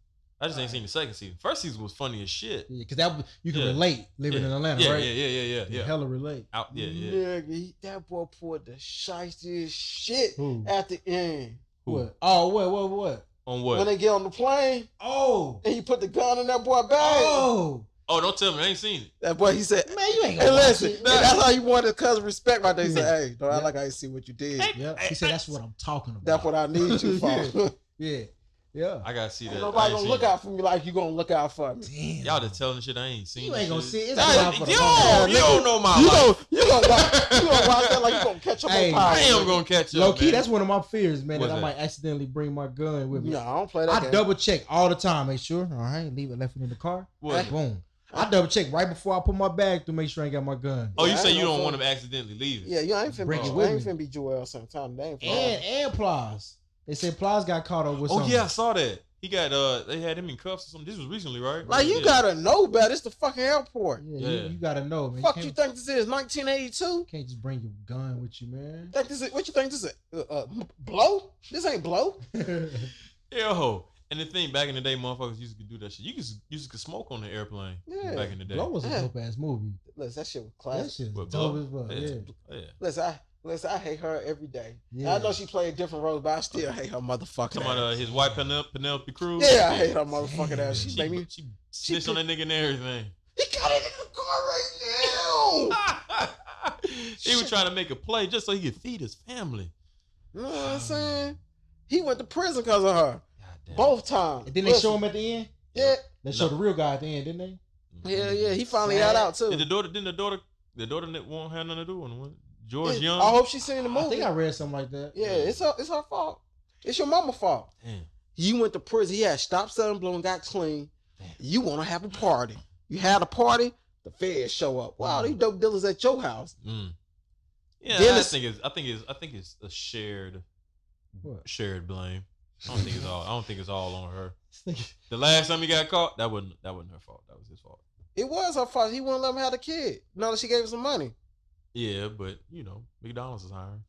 I just ain't seen the second season. First season was funny as shit. Yeah, because that you can Yeah. relate living in Atlanta, yeah, right? yeah, yeah, yeah, yeah, You yeah. Hella relate. Out, yeah, yeah. Nigga, he- that boy poured the shiestiest shit Who? at the end. Who? What? Oh, what? What? What? On what? When they get on the plane Oh, and he put the gun in that boy bag. oh, oh, don't tell me I ain't seen it. That boy, he said, man, you ain't "Hey, gonna watch listen, it. that's how you wanted cousin respect right there." He Yeah. said, "Hey, don't act Yeah. like I ain't see what you did. Yep. He said that's what I'm talking about. That's what I need you for." [LAUGHS] Yeah. Yeah, yeah. I gotta see that. Ain't I nobody ain't gonna seen look it. out for me like you gonna look out for me. Damn. Y'all just telling shit I ain't seen. You that ain't gonna shit. see it. It's Nah, around for the you, long don't, you don't know [LAUGHS] my You life. gonna you gonna watch, you gonna watch that like you gonna catch up Hey, on power. I am gonna catch up. Low key, man. that's one of my fears, man. What's that I that? might accidentally bring my gun with me. No, I don't play that I game. double check all the time, make sure. All right, leave it left it in the car. What? Boom. I double check right before I put my bag to make sure I ain't got my gun. Oh, you Yeah, I say ain't you no don't fun. want to accidentally leave it. Yeah, you I ain't finna Bring be, it I with ain't me. finna be Joel sometime. They ain't And finna. and Plies. They said Plies got caught up with Oh something. yeah, I saw that. He got uh, they had him in cuffs or something. This was recently, right? Like you Yeah. gotta know better. It's the fucking airport. Yeah, you- Yeah. You, gotta know, man. Fuck can't, you think this is 1982? can't just bring your gun with you, man. Think this is what you think this is? Uh, uh, blow? This ain't blow. [LAUGHS] Yo, and the thing back in the day, motherfuckers used to do that shit. You could used to smoke on the airplane Yeah. back in the day. Blow was a Yeah. dope ass movie. Listen, that shit was That classic. shit's What, dope Blow? as fuck. Yeah. Yeah. Yeah. Listen, I listen, I hate her every day. Yeah. I know she played different roles, but I still hate her motherfucking. Talking about ass. uh, his wife Penel- Penelope Cruz. Yeah, I hate her motherfucking ass. uh, She She, made me. she, she snitched on that nigga and everything. He got it in the car right now. he was trying to make a play just so he could feed his family. You know what I'm saying? He went to prison because of her. God damn. Both times. And then they show him at the end. Yeah, They showed the real guy at the end, didn't they? yeah, yeah. He finally Sad. got out Did the too. daughter? Didn't the daughter? The daughter that won't have nothing to do with him. George Yeah, Young. I hope she's seen the I movie. think I read something like that. yeah, it's her. It's her fault. It's your mama fault. Damn. You went to prison. He had stopped selling blow and got clean. Damn. You want to have a party. You had a party. The feds show up. Mm-hmm. Wow, these dope dealers at your house. Mm. Yeah, Dennis- I think it's. I think it's. I think it's a shared, [LAUGHS] What? shared blame. I don't think it's all. I don't think it's all [LAUGHS] on her. The last time he got caught, that wasn't. That wasn't her fault. That was his fault. It was her fault. He wouldn't let him have the kid. Now that she gave him [LAUGHS] some money. Yeah, but you know, McDonald's is hiring.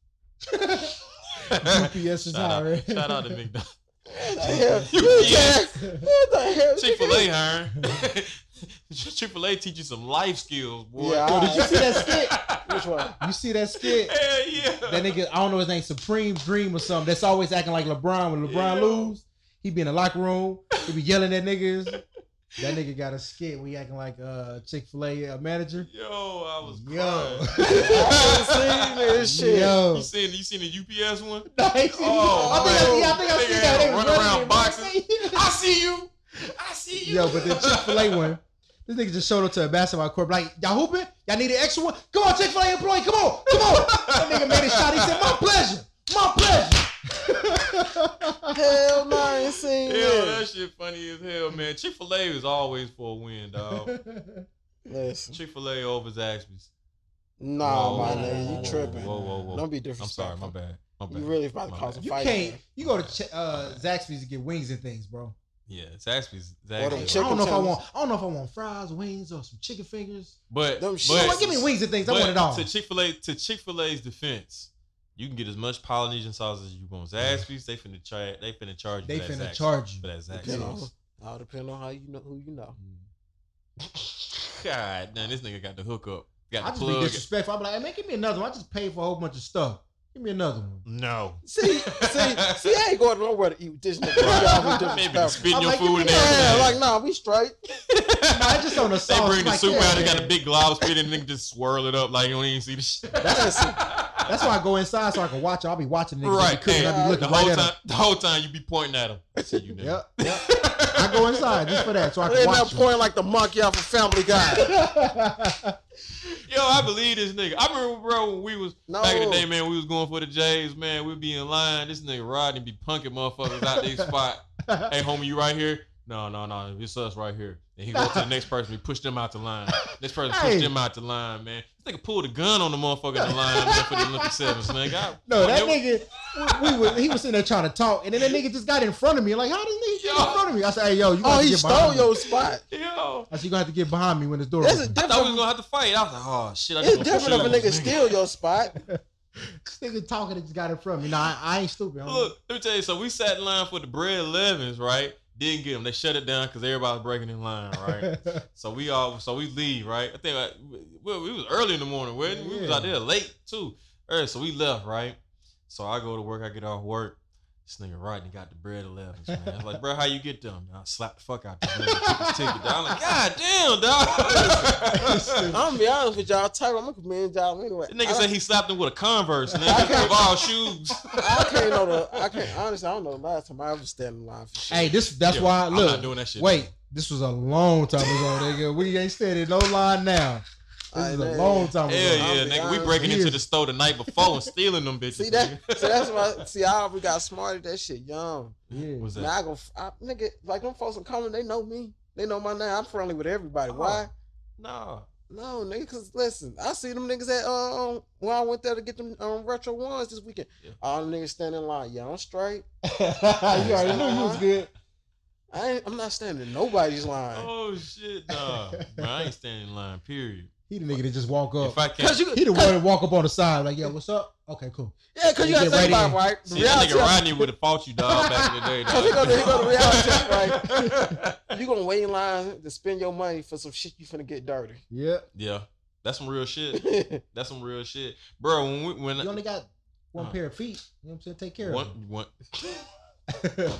UPS is shout, hiring. Out, shout out [LAUGHS] to McDonald's. [LAUGHS] What the hell? [LAUGHS] You You can't- can't- What the hell? Chick Fil A hiring. [LAUGHS] Chick Fil A teach you some life skills, boy. Yeah, Yo, did you see that Which one? [LAUGHS] You see that skit? [LAUGHS] Hell yeah. That nigga, I don't know his name, Supreme Dream or something. That's always acting like LeBron when LeBron Yeah. lose. He be in the locker room. He be yelling at [LAUGHS] niggas. That nigga got a skit where he acting like uh Chick Fil A uh, manager. Yo, I was Yo. [LAUGHS] I crying. ain't seen this shit. Yo, you seen you seen the UPS one? [LAUGHS] No, he seen- Oh, I think I, man. yeah, I think I Nigga seen had that. to They was run running around it, [LAUGHS] boxes. right? I see you. I see you. Yo, but the Chick [LAUGHS] Fil A one. This nigga just showed up to a basketball court like y'all hooping. Y'all need an extra one. Come on, Chick Fil A employee. Come on, come on. That nigga made a shot. He said, "My pleasure, my pleasure." [LAUGHS] Hell no, I ain't seen Hell, this. that shit funny as hell, man. Chick Fil A is always for a [LAUGHS] win, dog. Listen. Chick Fil A over Zaxby's. Nah, Whoa, my whoa, nigga, whoa, you tripping. Oh, Whoa, whoa, whoa. Don't be I'm disrespectful. sorry, my bad. My bad. You really about to My cause a bad. You fight. can't. man. You go to Ch- uh, Zaxby's to get wings and things, bro. Yeah, Zaxby's. Or them Zaxby's. I don't know if I tenders. want. I don't know if I want fries, wings, or some chicken fingers. But, Them but shit- You know what? give me wings and things. I want it all. To Chick Fil A, to Chick Fil A's defense, you can get as much Polynesian sauce as you want. Zaxby's, they finna charge. They finna charge. You They for that finna Zaxby's- charge you. for that Zaxby's. You know, all depend on how you know who you know. God, now this nigga got the hookup. I Got the just be plug. disrespectful. I'm like, hey, man, give me another one. I just paid for a whole bunch of stuff. Give me another [LAUGHS] one. [LAUGHS] No. See, see, see, I ain't going nowhere to eat with this nigga. You always doing [LAUGHS] Maybe stuff. spitting I'm your like, food give and me Yeah, everything. [LAUGHS] like nah, we [LAUGHS] straight. I just on the they sauce. bring the like, soup yeah, out, they got a man. big glob spit, and nigga just swirl it up like you don't even see the shit. [LAUGHS] That's That's why I go inside so I can watch. it. I'll be watching niggas. Right, Right, cooking. I'll yeah. be the looking whole right at 'em. time, the whole time you be [LAUGHS] pointing at him. I see you, nigga. Yep, yep. [LAUGHS] I go inside just for that, so I I can end watch. up 'em. pointing like the monkey off of Family Guy. Yo, I believe this nigga. I remember, bro, when we was [LAUGHS] No. back in the day, man. We was going for the J's, man. We'd be in line. This nigga Rodney be punking motherfuckers [LAUGHS] out their spot. hey, homie, you right here? No, no, no. It's us right here. And he go to the next person. We push them out the line. Next person Hey. push them out the line, man. This nigga pulled a gun on the motherfucker in the line man, for the Olympic sevens, nigga. I- [LAUGHS] no, that yo, nigga, we, we was, he was sitting there trying to talk, and then that nigga just got in front of me. Like, how this nigga get in Yo. front of me? I said, hey, yo, you gonna Oh, have to he get stole behind me. your spot. Yo, I said, you gonna have to get behind me when this door That's a opens. I thought we different. was gonna have to fight. I was like, oh shit. I just It's gonna push different if a up on nigga this steal your spot. This [LAUGHS] nigga talking, it just got in front of me. Nah, I, I ain't stupid. homie. Look, let me tell you. So we sat in line for the bread 11s, right? Didn't get them. They shut it down because everybody was breaking in line, right? so we all, so we leave, right? I think like, we, we was early in the morning. We, we was Yeah. out there late too. Early, so we left, right? So I go to work. I get off work. This nigga Rodney got the bread 11s, man. I was like, bro, how you get them? I slapped the fuck out this nigga. Took his ticket. dawg. I'm like, god damn, [LAUGHS] dog. I'm gonna be honest with y'all, Tyron. I'm gonna commend y'all anyway. The I nigga don't- said he slapped him with a Converse, I nigga, can't- of all shoes. I can't know the. I can't honestly. I don't know the last time I ever stand in line for [LAUGHS] shit. hey, this that's Yo, why. I'm Look, not doing that shit. wait, this was a long time ago, nigga. We ain't standing no line now. This I is a know. long time ago. Hell I'll yeah, be nigga. honest We breaking with into you. the store the night before and stealing them bitches. See that? nigga. So that's [LAUGHS] why. See, I we got smart at that shit young. Yeah. What's Now that? I go, I, nigga, like them folks in common, they know me. They know my name. I'm friendly with everybody. Oh. Why? No. No, nigga, cause listen, I see them niggas at um when I went there to get them um retro ones this weekend. Yeah. All the niggas standing in line. Yeah, I'm straight. [LAUGHS] you already knew Uh-huh. you was good. I ain't, I'm not standing in nobody's line. Oh shit, nah. Bro, I ain't standing in line, period. He the nigga that just walk up. If I Cause can't you, He the one that walk up on the side, like, yo, what's up? Okay, cool. yeah, cause He you gotta get think right about in. it, right? The see that nigga reality- Rodney would have fought you dog back in the day. [LAUGHS] Cause he go to- he go to reality check, right? you gonna wait in line to spend your money for some shit you finna get dirty. [LAUGHS] Yeah. [LAUGHS] yeah. That's some real shit. That's some real shit. Bro, when we when You only got one Uh. pair of feet. You know what I'm saying? Take care one, of [LAUGHS] one, them.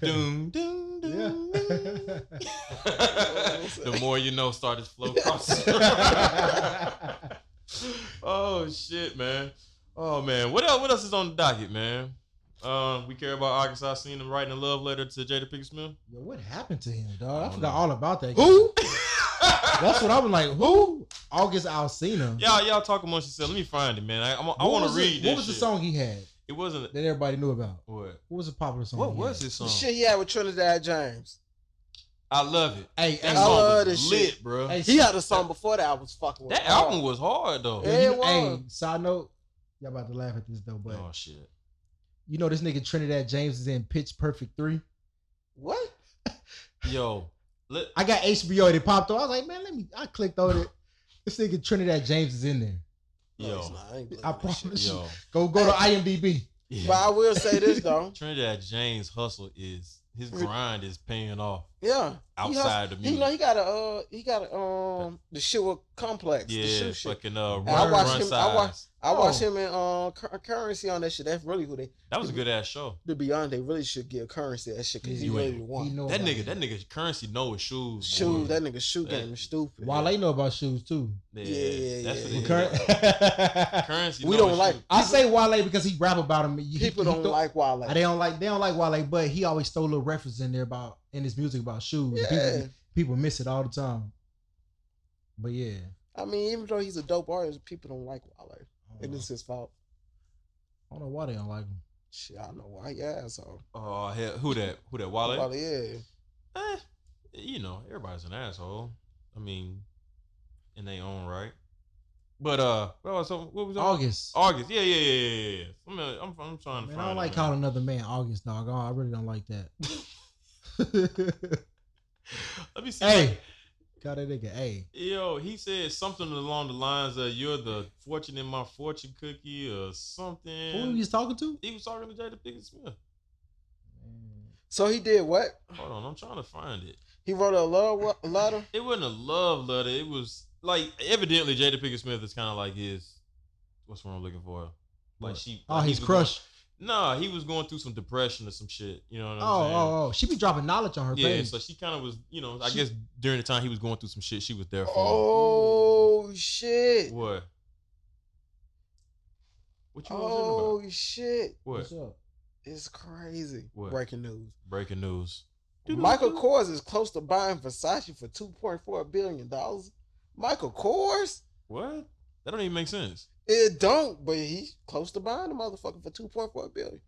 doom, [LAUGHS] doom, doom, doom. [LAUGHS] the more you know started [LAUGHS] flow cross. [LAUGHS] oh shit, man. Oh man. What else what else is on the docket, man? Um, we care about August. I seen him writing a love letter to Jada Pinkett Smith. [LAUGHS] Yo, what happened to him, dog? I, I don't forgot know. all about that. Who? That's what I was like. Who? August Alcina. Y'all, y'all talk amongst yourselves. Let me find it, man. I, I'm, I What want was to the- read this. What was the shit. song he had It wasn't. that everybody knew about? What? What was the popular song? What he was had? his the song? shit he had with Trinidad James. I love it. Hey, hey, That I song love was this lit, shit. bro. hey, He had a song before that I was fucking with. that hard. album was hard though. oh. Yeah, Yo, it you- hey, was. side note, y'all about to laugh at this though, but oh shit. you know this nigga Trinidad James is in Pitch Perfect three. What? Yo, let, I got HBO and it popped up. I was like, man, let me. I clicked on it. This nigga Trinidad James is in there. No, yo, it's not. I, ain't looking I at that shit. promise you. [LAUGHS] yo. Go go to IMDb. But I will say this [LAUGHS] though. Trinidad James hustle is his Re- grind is paying off Yeah. He hustle- outside the You music. know he got a uh he got a um the shit with complex. the yeah, shoe shit. fucking uh, run, And I watched run him- I size. watched- I watched Oh. him in um Cur- currency on that shit. That's really who they that was a good ass show. to be honest, they really should give currency that shit because You he ain't- really won. know That about nigga, it. that nigga currency know his shoes. Oh, Shoes, boy. that nigga shoe That- game is stupid. Wale know about shoes too. yeah, yeah, that's yeah, what yeah. Well, it is. current- Currency. We know don't his like- shoes. [LAUGHS] I say Wale because he rap about him. He- People he don't throw- like Wale. They don't like they don't like Wale, but he always throw little references in there about in his music about shoes. and yeah. People, people miss it all the time. But yeah, I mean, even though he's a dope artist, people don't like Wale. I don't And know, it's his fault. I don't know why they don't like him. Shit, I know why he asshole. Oh hell, who that? Who that? Wale. Wale, yeah. Eh, you know, everybody's an asshole. I mean, in their own right. But uh, what was something- what was that? August. August. Yeah, yeah, yeah, yeah, yeah. I'm, uh, I'm, I'm trying to Man, find. I don't it, like man. calling another man August dog. Oh, I really don't like [LAUGHS] that. Let me [LAUGHS] see. hey, call that nigga. Hey, Yo, he said something along the lines of "You're the fortune in my fortune cookie" or something. who you was talking to? he was talking to Jada Pinkett Smith. So he did what? Hold on, I'm trying to find it. He wrote a love letter. It wasn't a love letter. It was like evidently Jada Pinkett Smith is kind of like his. What's the word I'm looking for? Like What? she. Oh, like he he's was going- crushed. Nah, he was going through some depression or some shit. You know what I'm Oh, saying? oh, oh. She be dropping knowledge on her yeah. page. So she kind of was, you know, I She- guess during the time he was going through some shit, she was there for. him. Oh shit! What? What you want to Oh shit! about? What? What's up? It's crazy. What? Breaking news: Breaking news. Michael Kors is close to buying Versace for two point four billion dollars. Michael Kors? What? That don't even make sense. It don't, but he close to buying the motherfucker for two point four billion.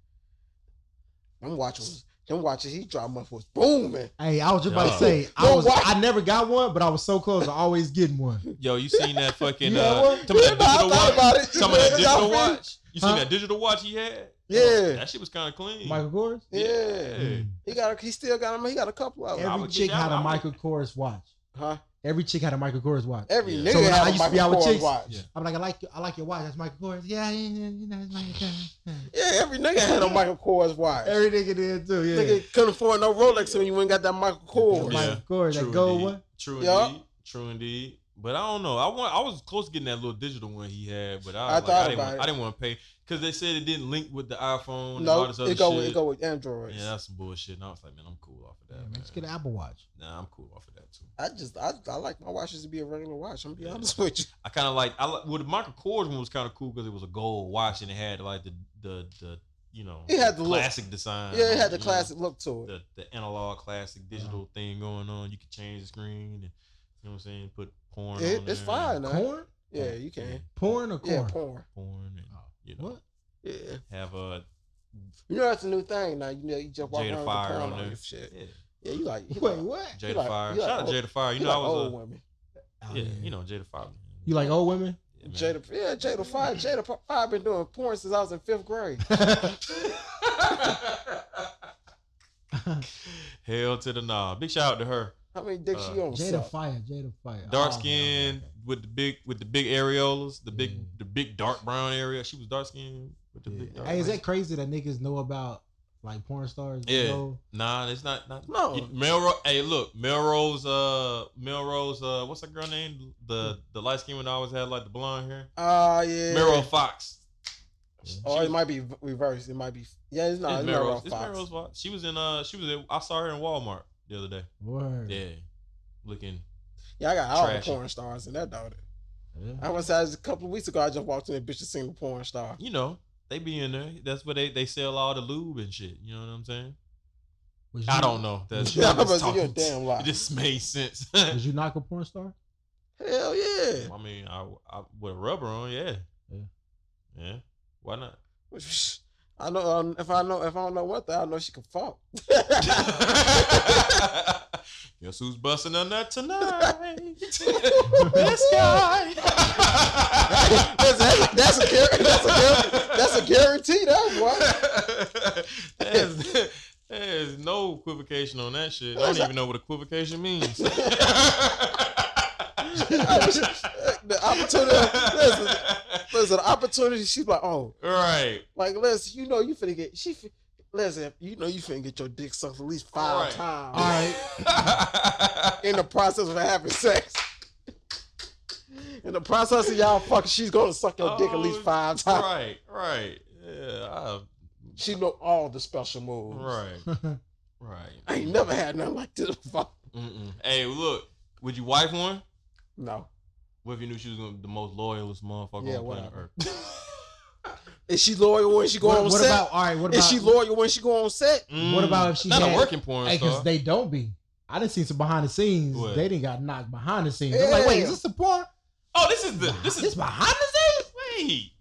Them watches, them watches he dropped off was booming. Hey, I was just about Yo. to [LAUGHS] say, I Yo, was. why- I never got one, but I was so close to always getting one. [LAUGHS] Yo, you [LAUGHS] seen that fucking You know uh, what? [LAUGHS] some of that Yeah, I thought digital watch? about it. Some of [LAUGHS] that Yeah, digital I feel- watch? You seen Huh? that digital watch he had? Yeah. that shit was kind of clean. Michael Kors. Mm. Yeah, Yeah. he got, a, he still got him. He got a couple of them, I Every would get chick that. had I a would- Michael Kors watch. huh? Every chick had a Michael Kors watch. Every Yeah. nigga So when I had a used to be Michael out with Kors chicks- watch. Yeah. I'm like, I like, I like your watch. That's Michael Kors. Yeah, yeah, yeah, yeah, that's Michael Kors. Yeah, every nigga had a Michael Kors watch. Every nigga did too. Yeah. Nigga couldn't afford no Rolex when you ain't got that Michael Michael Kors. Yeah. Kors, that gold indeed. one. True Yeah. indeed. True indeed. But I don't know. I want. I was close to getting that little digital one he had, but I, I like, thought I didn't. about want, it. I didn't want to pay because they said it didn't link with the iPhone and all No, this other it go shit. it go with Androids. yeah, that's some bullshit. And I was like, man, I'm cool off of Yeah, that. man, man. just get an Apple Watch. Nah, I'm cool off of that too. I just I, I like my watches to be a regular watch. I'm gonna be honest with you. I kind of like. I like. Well, the Michael Kors one was kind of cool because it was a gold watch and it had like the the the you know It had the look. classic design. Yeah, it on had the you know, classic look to it. the, the analog classic Uh-huh. digital thing going on. You could change the screen and you know what I'm saying. Put porn. It- on it's there. fine. Now. Corn, Yeah, you can. porn or corn? Yeah, porn. porn and Oh, you know What? Yeah, have a you know that's a new thing now. You know you just walk Jada around Fire with the on porn on, there. your shit. yeah, Yeah, you like you Wait, like, what? Jada like- Fire. you like Shout out old- Jada Fire. you You know like I was old a women. Oh, yeah, you know Jada Fire. You like old [LAUGHS] women? Yeah, man. Jada, yeah, Jada Fire. Jada Fi- Fire been doing porn since I was in fifth grade. Hell to the nah. Big shout out to her. How many dicks Uh, she on? Jada suck? Fire, Jada Fire. Dark Oh, skin with the big with the big areolas, the big Yeah. the big dark brown area. She was dark skinned with the okay, okay. big Mm. Yeah. dark Hey, is brown- that crazy that niggas know about like porn stars? Yeah. Know? Nah, it's not not No, Melrose, hey, look, Melrose, uh, Melrose, uh, what's that girl name? The the light skin one that always had like the blonde hair. Ah, yeah. Oh, Meryl Fox. Yeah. Or She it might be v- reversed. It might be. Yeah, it's not. it's It's, Melrose. not It's Fox. Melrose Fox. She was in. Uh, she was. In, I saw her in Walmart the other day. Hmm. Word. Yeah, looking. Yeah, I got all Trashy. the porn stars in that daughter. Yeah. I was I just a couple of weeks ago. I just walked in and bitch and seen the porn [LAUGHS] star. You know, they be in there. That's where they they sell all the lube and shit. You know what I'm saying? Was I you- don't know. [LAUGHS] That's Yeah, I'm I'm about just to say, you're a talking. damn lie. [LAUGHS] It just made sense. [LAUGHS] Was you knock a porn star? [LAUGHS] Hell yeah! [LAUGHS] I mean, I, I with a rubber on, yeah, Yeah. yeah. [LAUGHS] Why not? [LAUGHS] I know um, if I know if I don't know one thing, I know she can fuck. Guess who's busting [LAUGHS] a nut tonight? [LAUGHS] [LAUGHS] this guy. that's, that's, that's a guar- that's a guar- that's a guarantee. That [LAUGHS] one. There's, there's no equivocation on that shit. I don't even know what equivocation means. I was- [LAUGHS] The opportunity. Listen, listen. The opportunity. She's like, oh, right. like listen. You know you finna get. She. fin- Listen, you know you finna get your dick sucked at least five Right. times. All right. in the process of having sex. In the process of y'all fucking, she's gonna suck your dick at least Oh, five times. [LAUGHS] right, right. Yeah, I, She know all the special moves. right, Hell I ain't right. never had nothing like this before. Mm-mm. Hey, look, would you wife one? No. What if you knew she was gonna be the most loyalest motherfucker Yeah, on planet whatever. Earth? Is she loyal when she go What, on what set? about all right? What Is she about loyal when she go on set? What about if she not had- a working porn because star? they don't be? I didn't see some behind the scenes. What? They didn't got knocked behind the scenes. I'm like, wait, Yeah. is this a porn? oh, this is the this This is behind the scenes. wait.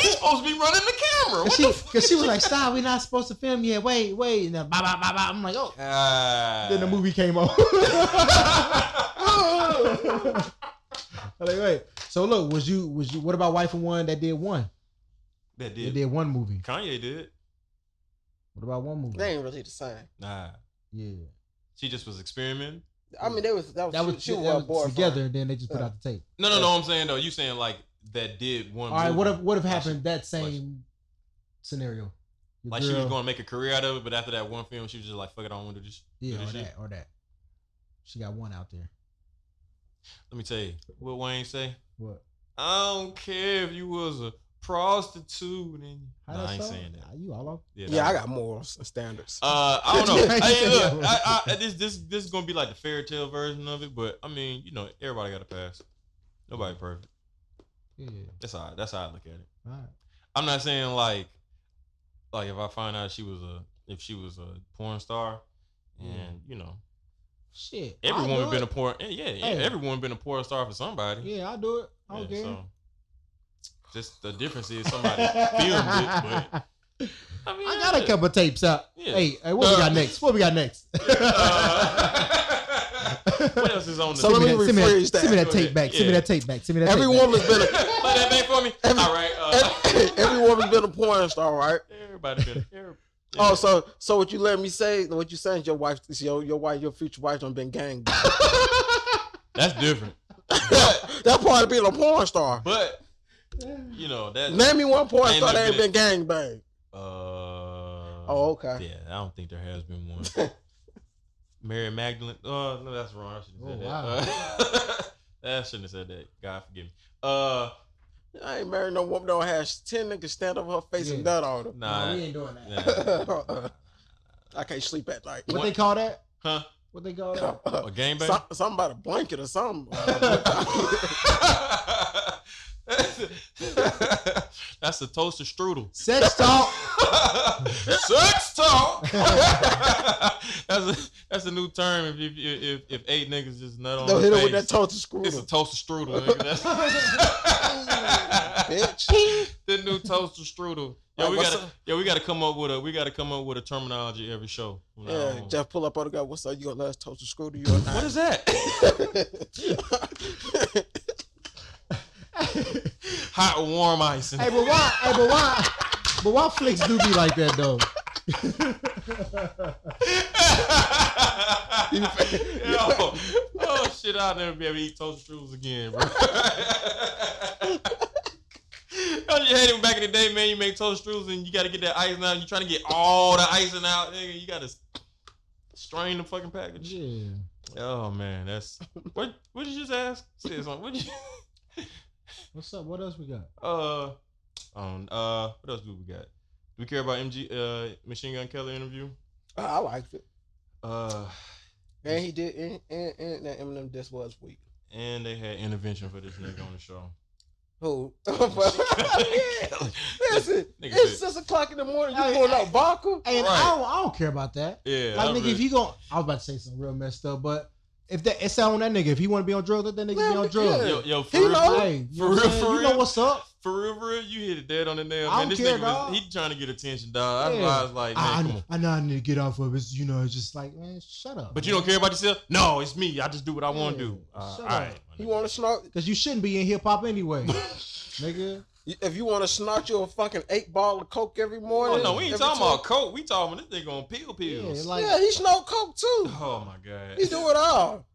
He's supposed to be running the camera. What Cause the she, fuck? cause she was like, "Stop, we're not supposed to film yet. Wait, wait." And then, bah, bah, bah, bah. I'm like, "Oh." Ah. [LAUGHS] [LAUGHS] Then the movie came on. I'm like, wait. So look, was you was you? What about wife and one that did one? That That did. did one movie. Kanye did. What about one movie? They ain't really the same. Nah. Yeah, She just was experimenting. I mean, they was Oh, that was, that was, she, she that was was bored together, and then they just put Yeah. out the tape. No, no, no. I'm saying though, you saying like that did one. All right, what if movie. what if Like happened that like she- same scenario? Your Like she was girl- going to make a career out of it, but after that one film, she was just like, "Fuck it, I don't want to do this." yeah, or do this shit. that or that. She got one out there. Let me tell you what Wayne say. What? I don't care if you was a prostitute and How Nah, that I ain't song? saying that. Nah, You all off? Yeah, For. Yeah, nah. I got morals and standards. Uh, [LAUGHS] I don't know. Yeah, hey, yeah. look, I, I, this this this is gonna be like the fairy tale version of it, but I mean, you know, everybody got to pass. Nobody perfect. Yeah. That's how that's how I look at it. All right. I'm not saying like like if I find out she was a if she was a porn star, and you know, Shit. every I'll woman do been it. a porn yeah, yeah, Hey. every woman been a porn star for somebody. Yeah, I'll do it. I Yeah, don't care. just the difference is somebody filmed it, but [LAUGHS] I, [LAUGHS] mean, I got a yeah. couple tapes up. Yeah. Hey, hey, what we Uh, got next? What we got [LAUGHS] next? [LAUGHS] Uh, [LAUGHS] what else is on the So let me send me rephrase that. Send me that Go tape ahead. back. Send me Yeah. that tape back. Send me that [LAUGHS] Every tape back. woman's been a [COUGHS] Play that back for me. Every- All right. Uh, every, every woman's been a porn star, right? everybody been. Every, Oh, so so what you let me say? What you saying? is Your wife, is your your wife, your future wife, done been gang. that's different. [LAUGHS] that part of being a porn star. But you know that. Name me one porn Ain't star that ain't nothing been gang bang. Uh, Oh, oh. okay. Yeah, I don't think there has been one. [LAUGHS] Mary Magdalene. Oh no, that's wrong. I shouldn't have said Oh, that. Uh, [LAUGHS] I shouldn't have said that. God forgive me. Uh, I ain't married no woman that don't have ten niggas stand up her face and Yeah. nut on her. Nah, nah. we ain't doing that. nah. [LAUGHS] I can't sleep at night. What they call that? Huh? What they call [LAUGHS] that? [LAUGHS] A game Some, something about a blanket or something. [LAUGHS] That's the toaster strudel. Sex talk. [LAUGHS] Sex talk. [LAUGHS] that's a that's a new term. If if if, if eight niggas just nut on Don't the hit her with face. that toaster screw. [LAUGHS] It's a toaster strudel, nigga. [LAUGHS] That's [LAUGHS] Bitch. the new toaster strudel. Yo, Like, we what's gotta up? yo, we gotta come up with a we gotta come up with a terminology every show. from now Yeah, on. Jeff pull up on the guy. What's up? You gonna let us toaster screw to you or what not? [LAUGHS] is that? [LAUGHS] Hot warm ice. Hey, but why? Hey, but why? But why flicks do be like that though? Yo, oh shit! I'll never be able to eat toaster strudels again, bro. [LAUGHS] Don't you hate it back in the day, man? You make toaster strudels and you got to get that icing out. You trying to get all the icing out, nigga. You got to strain the fucking package. Yeah. Oh man, that's what. What did you just ask? Say something. What did you? [LAUGHS] What's up? What else we got? Uh, um, uh, what else do we got? Do we care about MG? Uh, Machine Gun Kelly interview. I liked it. Uh, And he did. And, and, and that Eminem this was weak. and they had intervention for this nigga on the show. [LAUGHS] Who? [LAUGHS] [LAUGHS] Kelly. Listen, Nigga it's said- six o'clock in the morning. You Hey, pulling out vodka? Hey, and Right. I, don't, I don't care about that. Yeah, like, I nigga, really- if you go, I was about to say something real messed up, but if that it's on that nigga, if he want to be on drugs, let that nigga Let be on him- drugs. yeah. yo, yo, for He real, know. Hey, you know, Oh, For what I'm real, saying? for you know real. what's up? for real, for real, you hit it dead on the nail. I Man, don't this care, nigga was dawg. he trying to get attention, dog. That's Yeah. why I was like, man, I, come on. I, I know I need to get off of it. It's, You know, it's just like, man, shut up. But you don't care about yourself? No, it's me. I just do what I want to Yeah, do. Uh, shut all up. right. You want to snort? because you shouldn't be in hip hop [LAUGHS] anyway, nigga. If you want to snort you a fucking eight ball of coke every morning. Oh no, we ain't every talking time- about coke. We talking about this nigga on pill pills. Yeah, like yeah, he snort coke too. oh my god. He [LAUGHS] do it all.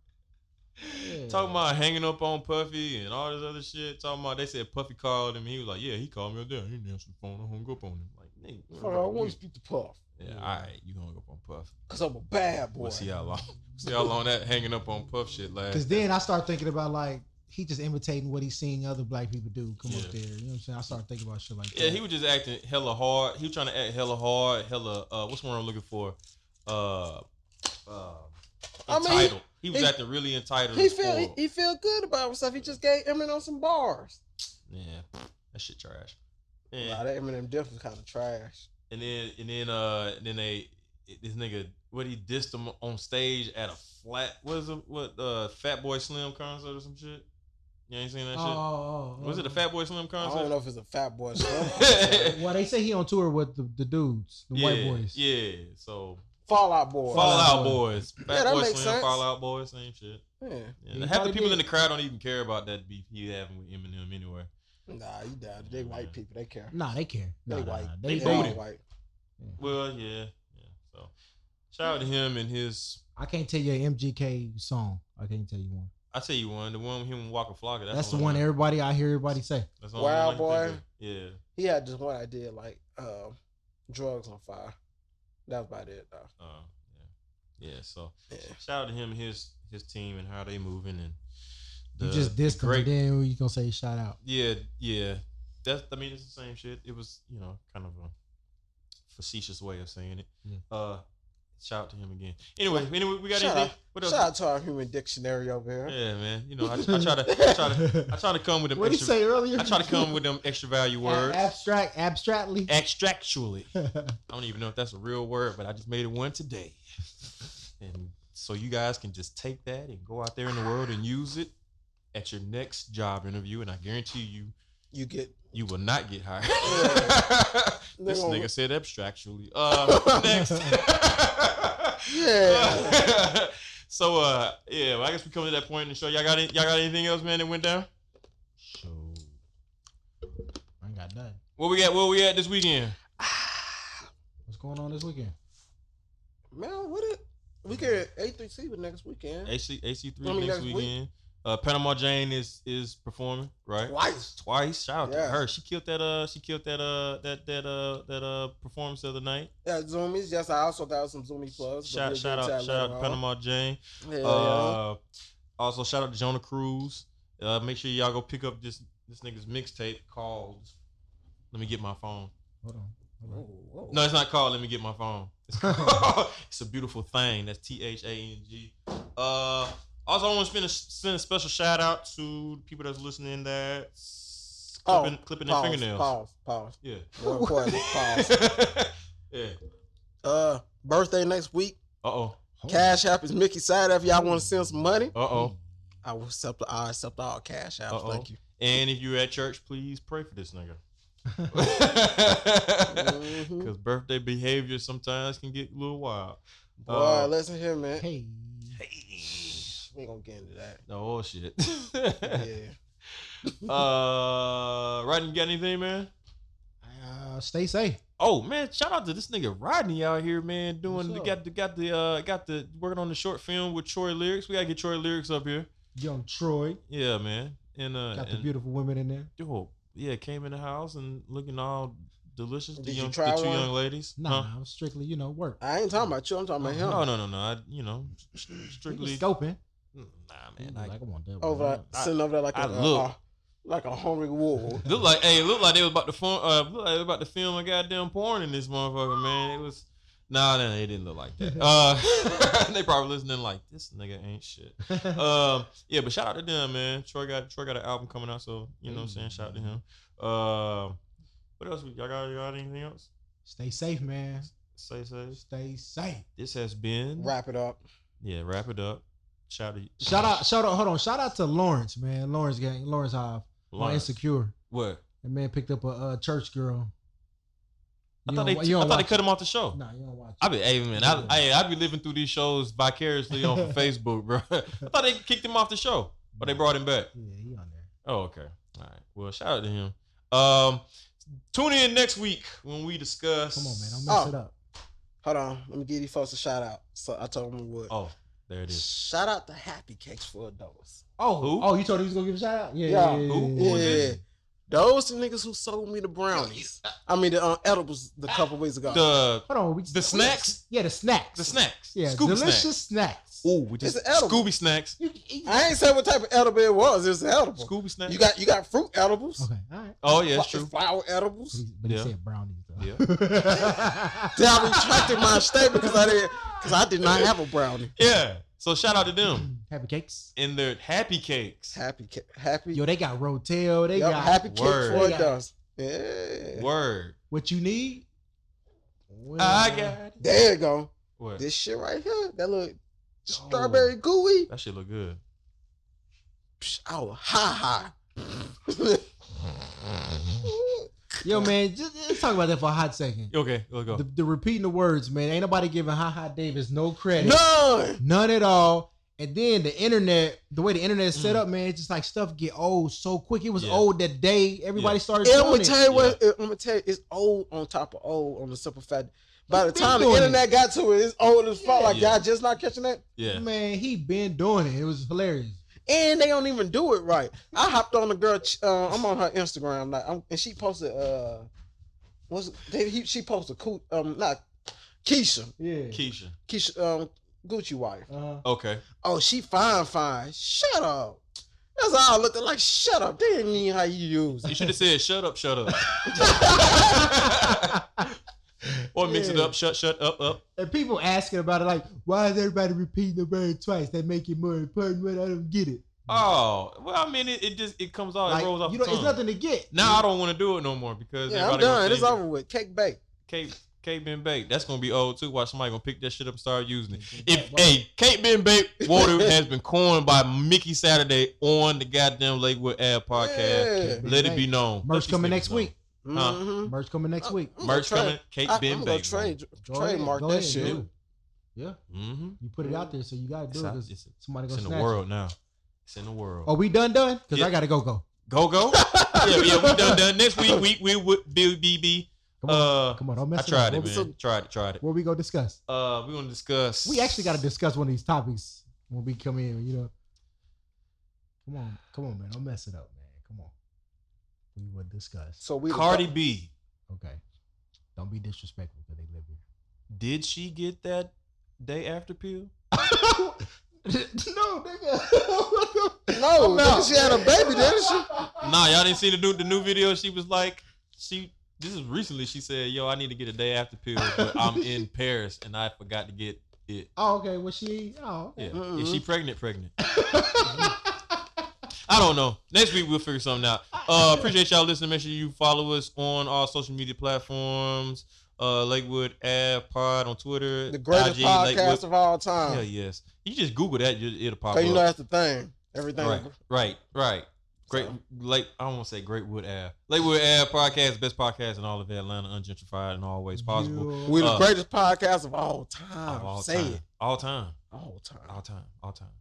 yeah. Talking about hanging up on Puffy and all this other shit. Talking about they said Puffy called him. He was like, "Yeah, he called me up there. He didn't answer the phone. I hung up on him." Like, nigga, Fuck, I want to speak to Puff yeah, all right, you hung up on Puff. because I'm a bad boy. We'll see how long. [LAUGHS] See how long that hanging up on Puff shit Because lasts. then I start thinking about like he just imitating what he's seeing other black people do. Come Yeah. up there, you know what I'm saying? I start thinking about shit like Yeah, that. he was just acting hella hard. He was trying to act hella hard, hella. Uh, what's the word I'm looking for? Uh, uh, I mean, entitled. he was he- acting really entitled. He as feel he, fuck. he feel good about himself. He just gave Eminem some bars. yeah, that shit trash. Yeah. Yeah. Nah, that Eminem diff was kind of trash. and then and then uh and then they this nigga what he dissed him on stage at a flat what is it what uh Fat Boy Slim concert or some shit. You ain't seen that oh, oh, shit. oh, Was it a oh. Fat Boy Slim Uh, I don't concert? know if it's a fat [LAUGHS] boy. or something. Well, they say he on tour with the, the dudes, the yeah, white boys. Yeah. So Fallout Boy. Fallout Boys. Yeah, Fat that Boy makes Slim, sense. Fallout Boys, same shit. Yeah. Yeah, He half the probably people did. in the crowd don't even care about that beef he having with Eminem anyway. Nah, you doubt it. They white people. They care. Nah, they care. Nah, They nah, white. nah. They They, They all voted. white. Well, yeah, yeah. So shout out to him and his. I can't tell you an MGK song. I can't tell you one. I tell you one, the one with him and Walker Flocka. That's, the one everybody I hear everybody say. That's the only one I can Wild think of. Yeah. He had this one idea like uh, drugs on fire. That was about it though. Uh, yeah. Yeah. So Yeah. shout out to him and his his team and how they moving and You just dissed them, great- and then you gonna say shout out. Yeah, yeah. That's I mean it's the same shit. It was, you know, kind of a facetious way of saying it. Yeah. Uh shout out to him again. Anyway, anyway, we got Shout anything. What Shout else? out to our human dictionary over here. Yeah, man. You know, I, I try to I try to [LAUGHS] I try to come with them What did you extra say earlier? I try to come with them extra [LAUGHS] value words. Abstract, abstractly. Extractually. I don't even know if that's a real word, but I just made it one today. [LAUGHS] And so you guys can just take that and go out there in the world and use it at your next job interview. And I guarantee you, You get you will not get hired. [LAUGHS] this They gonna- nigga said abstractually. [LAUGHS] Uh, next. Yeah. so uh, yeah, well, I guess we come to that point in the show. Y'all got any, y'all got anything else, man? That went down. [LAUGHS] so, I ain't got nothing. Where we at? Where we at this weekend? What's going on this weekend? [LAUGHS] man, what it we get A three C with next weekend. AC AC three I mean, next next week. weekend. Uh, Panama Jane is is performing right Twice. twice. Shout out to Yeah. her. She killed that. Uh, she killed that. Uh, that that uh that uh performance the other night. Yeah, Zoomies. Yes, I also got some Zoomie plugs. but Shout we'll shout get to out that shout out later to on. Panama Jane. Yeah, yeah. Uh, also shout out to Jonah Cruz. Uh, make sure y'all go pick up this this nigga's mixtape called. Let me get my phone. Hold on. Whoa, Hold whoa. No, it's not called. Let me get my phone. [LAUGHS] It's, called, [LAUGHS] it's a beautiful thing. That's T H A N G. Uh, also, I want to send a special shout out to the people that's listening. That's Oh, clipping, clipping their pause, fingernails. Pause. [LAUGHS] Pause. Yeah. More important, pause. [LAUGHS] yeah. Uh, birthday next week. Uh oh. on. Cash App is Mickey Side. If y'all want to send some money, Uh oh. I will accept. I accept all Cash Apps. Uh-oh. [LAUGHS] Thank you. And if you're at church, please pray for this [LAUGHS] nigga. [LAUGHS] Mhm. Because birthday behavior sometimes can get a little wild. Boy, [LAUGHS] Uh, listen here, man. Hey. We ain't gonna get into [LAUGHS] that. [LAUGHS] Oh shit. Yeah. uh, Rodney, you got anything, man? Uh, stay safe. Oh man, shout out to this nigga Rodney out here, man. Doing What's up? got the got the uh got the working on the short film with Troy Lyrics. We gotta get Troy Lyrics up here. Young Troy. Yeah, man. And uh Got the and, beautiful women in there. yo, yeah, came in the house and looking all delicious. The Did you young try the two one? young ladies. Nah, Huh? nah, I'm strictly, you know, work. I ain't talking about you. I'm talking about him. No, no, no, no. I you know st- He was strictly scoping. Nah He man. was I, like, I want that Over one. I- sitting over there like a I uh, look. uh, like a hungry wolf. Look like hey, look like they was about to film. Uh, look like they was about to film a goddamn porn in this motherfucker, man. It was nah, nah, it didn't look like that. Uh, [LAUGHS] they probably listening like this nigga ain't shit. Um, yeah, but shout out to them, man. Troy got Troy got an album coming out, so you know what I'm saying. Shout out to him. Um, what else? we- Y'all got, y'all got anything else? [LAUGHS] Stay safe, man. Say say. Stay safe. This has been Wrap it up. yeah. Wrap it up. Shout out to Shout out, shout out, hold on. Shout out to Lawrence, man. Lawrence gang, Lawrence Hive. On Lawrence. Insecure. What? That man picked up a uh, church girl. I You don't- thought they you I don't thought they watch cut him off the show. it. Nah, you don't watch I be, hey man, I, I, I be living through these shows vicariously [LAUGHS] on Facebook, bro. [LAUGHS] I thought they kicked him off the show, but they brought him back. it. Yeah, he on there. Oh, okay. All right. Well, shout out to him. Um, tune in next week when we discuss. Come on, man. Don't mess Oh. it up. Hold on. Let me give you folks a shout out. So I told them we would. Oh, there it is. Shout out to Happy Cakes for Adults. Oh, Who? oh, you told him he was gonna give a shout out? Yeah, yeah, Yeah. yeah, Who? yeah, Who is yeah. it? Yeah. Those the niggas who sold me the brownies. I mean the uh, edibles the couple weeks ago. The Hold on, we the snacks, Yeah, the snacks. the snacks, Yeah, Scooby delicious snacks. snacks. Ooh, we just It's an edible. Scooby snacks, You, you- I ain't said what type of edible it was. It was an edible. Scooby snacks. You got you got fruit edibles. okay, all right. oh yeah, it's Fl- true. Flower But edibles. he, but he Yeah. said brownies though. [LAUGHS] Yeah. Then I retracted my statement because I didn't because I did not have a brownie. Yeah. So shout out to them Happy Mm, cakes. and their happy cakes. Happy ca- happy Yo, they got Rotel. They yep, got happy cakes Word. for Yeah. adults. Yeah. Word. what you need. I got it. There you go. What? This shit right here, that little Oh. strawberry gooey. That shit look good. [LAUGHS] Psh, Oh, ha ha. Yo, man, just, let's talk about that for a hot second. Okay, let's go. The, the repeating the words, man. Ain't nobody giving Ha Ha Davis no credit. None. None at all. And then the internet, the way the internet is set up, man, it's just like stuff get old so quick. It was Mm. Yeah. old that day everybody started And I'm doing gonna it. tell you what. I'm gonna tell you, it's old on top of old on the simple fact. By the We've been time the doing internet got to it, it's old as fuck. Like Yeah. y'all just not catching that. Yeah. Man, he been doing it. It was hilarious. and they don't even do it right. I hopped on the girl. ch- Uh, I'm on her Instagram, like, I'm, and she posted. uh Was they? He, she posted. Coo- Um, not Keisha. Yeah. Keisha. Keisha. Um, Gucci wife. Uh, Okay. Oh, she fine, fine. Shut up. That's all I looked at. Like, shut up. They didn't mean how you use. You It. should have said shut [LAUGHS] up, shut up. or mix it Yeah. up, shut, shut up, up. and people asking about it, like, why is everybody repeating the word twice? That make it more important. But I don't get it. Oh. Well, I mean it, it just Oh, it comes off, Like, it rolls off. you the know, it's tongue. nothing to get. Now I don't want to do it no more because Yeah, I'm everybody gonna done. say It's over with. Cake bake. Kate Kate been baked. That's gonna be old too. Watch somebody gonna pick that shit up and start using it. If Wow. hey, Kate been baked water has been coined by Mickey Saturday on the goddamn Lakewood Ad podcast. Yeah. Been Let it baked. be known. Let Merch these coming niggas next know. week. Mhm. Merch coming next Uh, week. I'm gonna Merch trade- coming. Kate I, been I'm gonna baked. trade, Go ahead, trademark go that ahead, shit. do it. Yeah, Mm-hmm. you put it out there, so you gotta do It's it. out- 'cause it's- somebody It's gonna in the snatch world now. It's in the world. It. Are we done? Done? Because Yeah. I gotta go. Go. Go go. [LAUGHS] yeah, yeah, we done done. Next week we we would be BB. Come on, Uh, come on. Don't I mess it tried up. it, What- man. Tried it, tried it. What we gonna discuss? Uh, we gonna discuss. We actually gotta discuss one of these topics when we come in. You know. Come on, come on, man. Don't mess it up, man. Come on. We will discuss. So we the- Cardi B. Okay. Don't be disrespectful because they live Did she get that day after pill? here. [LAUGHS] no, nigga. No, I'm out. nigga, she had a baby, didn't she? Nah, y'all didn't see the new the new video. She was like, she this is recently. She said, "Yo, I need to get a day after pill, but I'm [LAUGHS] in Paris and I forgot to get it." oh, okay. Well, she. Oh. Yeah, [LAUGHS] okay. is she pregnant? Pregnant? I don't know. Next week we'll figure something out. Uh, appreciate y'all listening. Make sure you follow us on all social media platforms. Uh, Lakewood Ave Pod on Twitter. The greatest IG podcast Lakewood- of all time. Hell yes. You just Google that, you- it'll pop So up. you know that's the thing. Everything. Right, right, right. Great, So- late. I don't want to say Greatwood Ave. Lakewood Ave podcast, best podcast in all of Atlanta, ungentrified and always possible. You- We're the Uh, greatest podcast of all time. Of all Say time, it. all time, All time. all time, all time.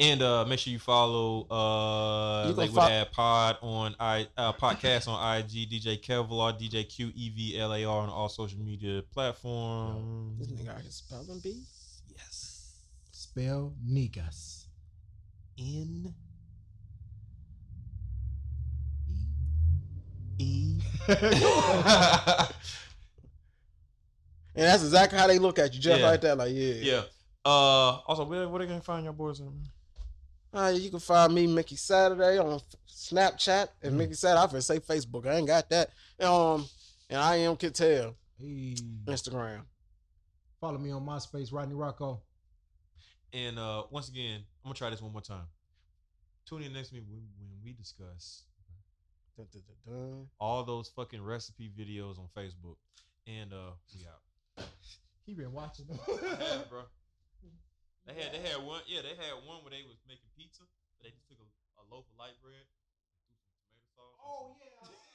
And uh, make sure you follow uh, You can Lakewood fo- Ave Pod on I uh, podcast on IG DJ Kevlar DJ Q E V L A R on all social media platforms. [LAUGHS] This nigga out here spelling bee. Yes, Spell niggas. in E. And that's exactly how they look at you, just Yeah. like that. Like, yeah. yeah. Uh, also, where, where they gonna find your boys at? man? Uh, you can find me Mickey Saturday on Snapchat and Mm. Mickey Saturday. I finna say Facebook. I ain't got that. Um, and I am Kittel Hey. Instagram. Follow me on MySpace, Rodney Rocco. And uh, once again, I'm gonna try this one more time. Tune in next week when, when we discuss Dun, dun, dun, dun. all those fucking recipe videos on Facebook. And uh, we out. He been watching. [LAUGHS] Yeah, bro. They had they had one yeah they had one where they was making pizza, but they just took a, a loaf of light bread, threw some tomato sauce. and some- yeah. [LAUGHS]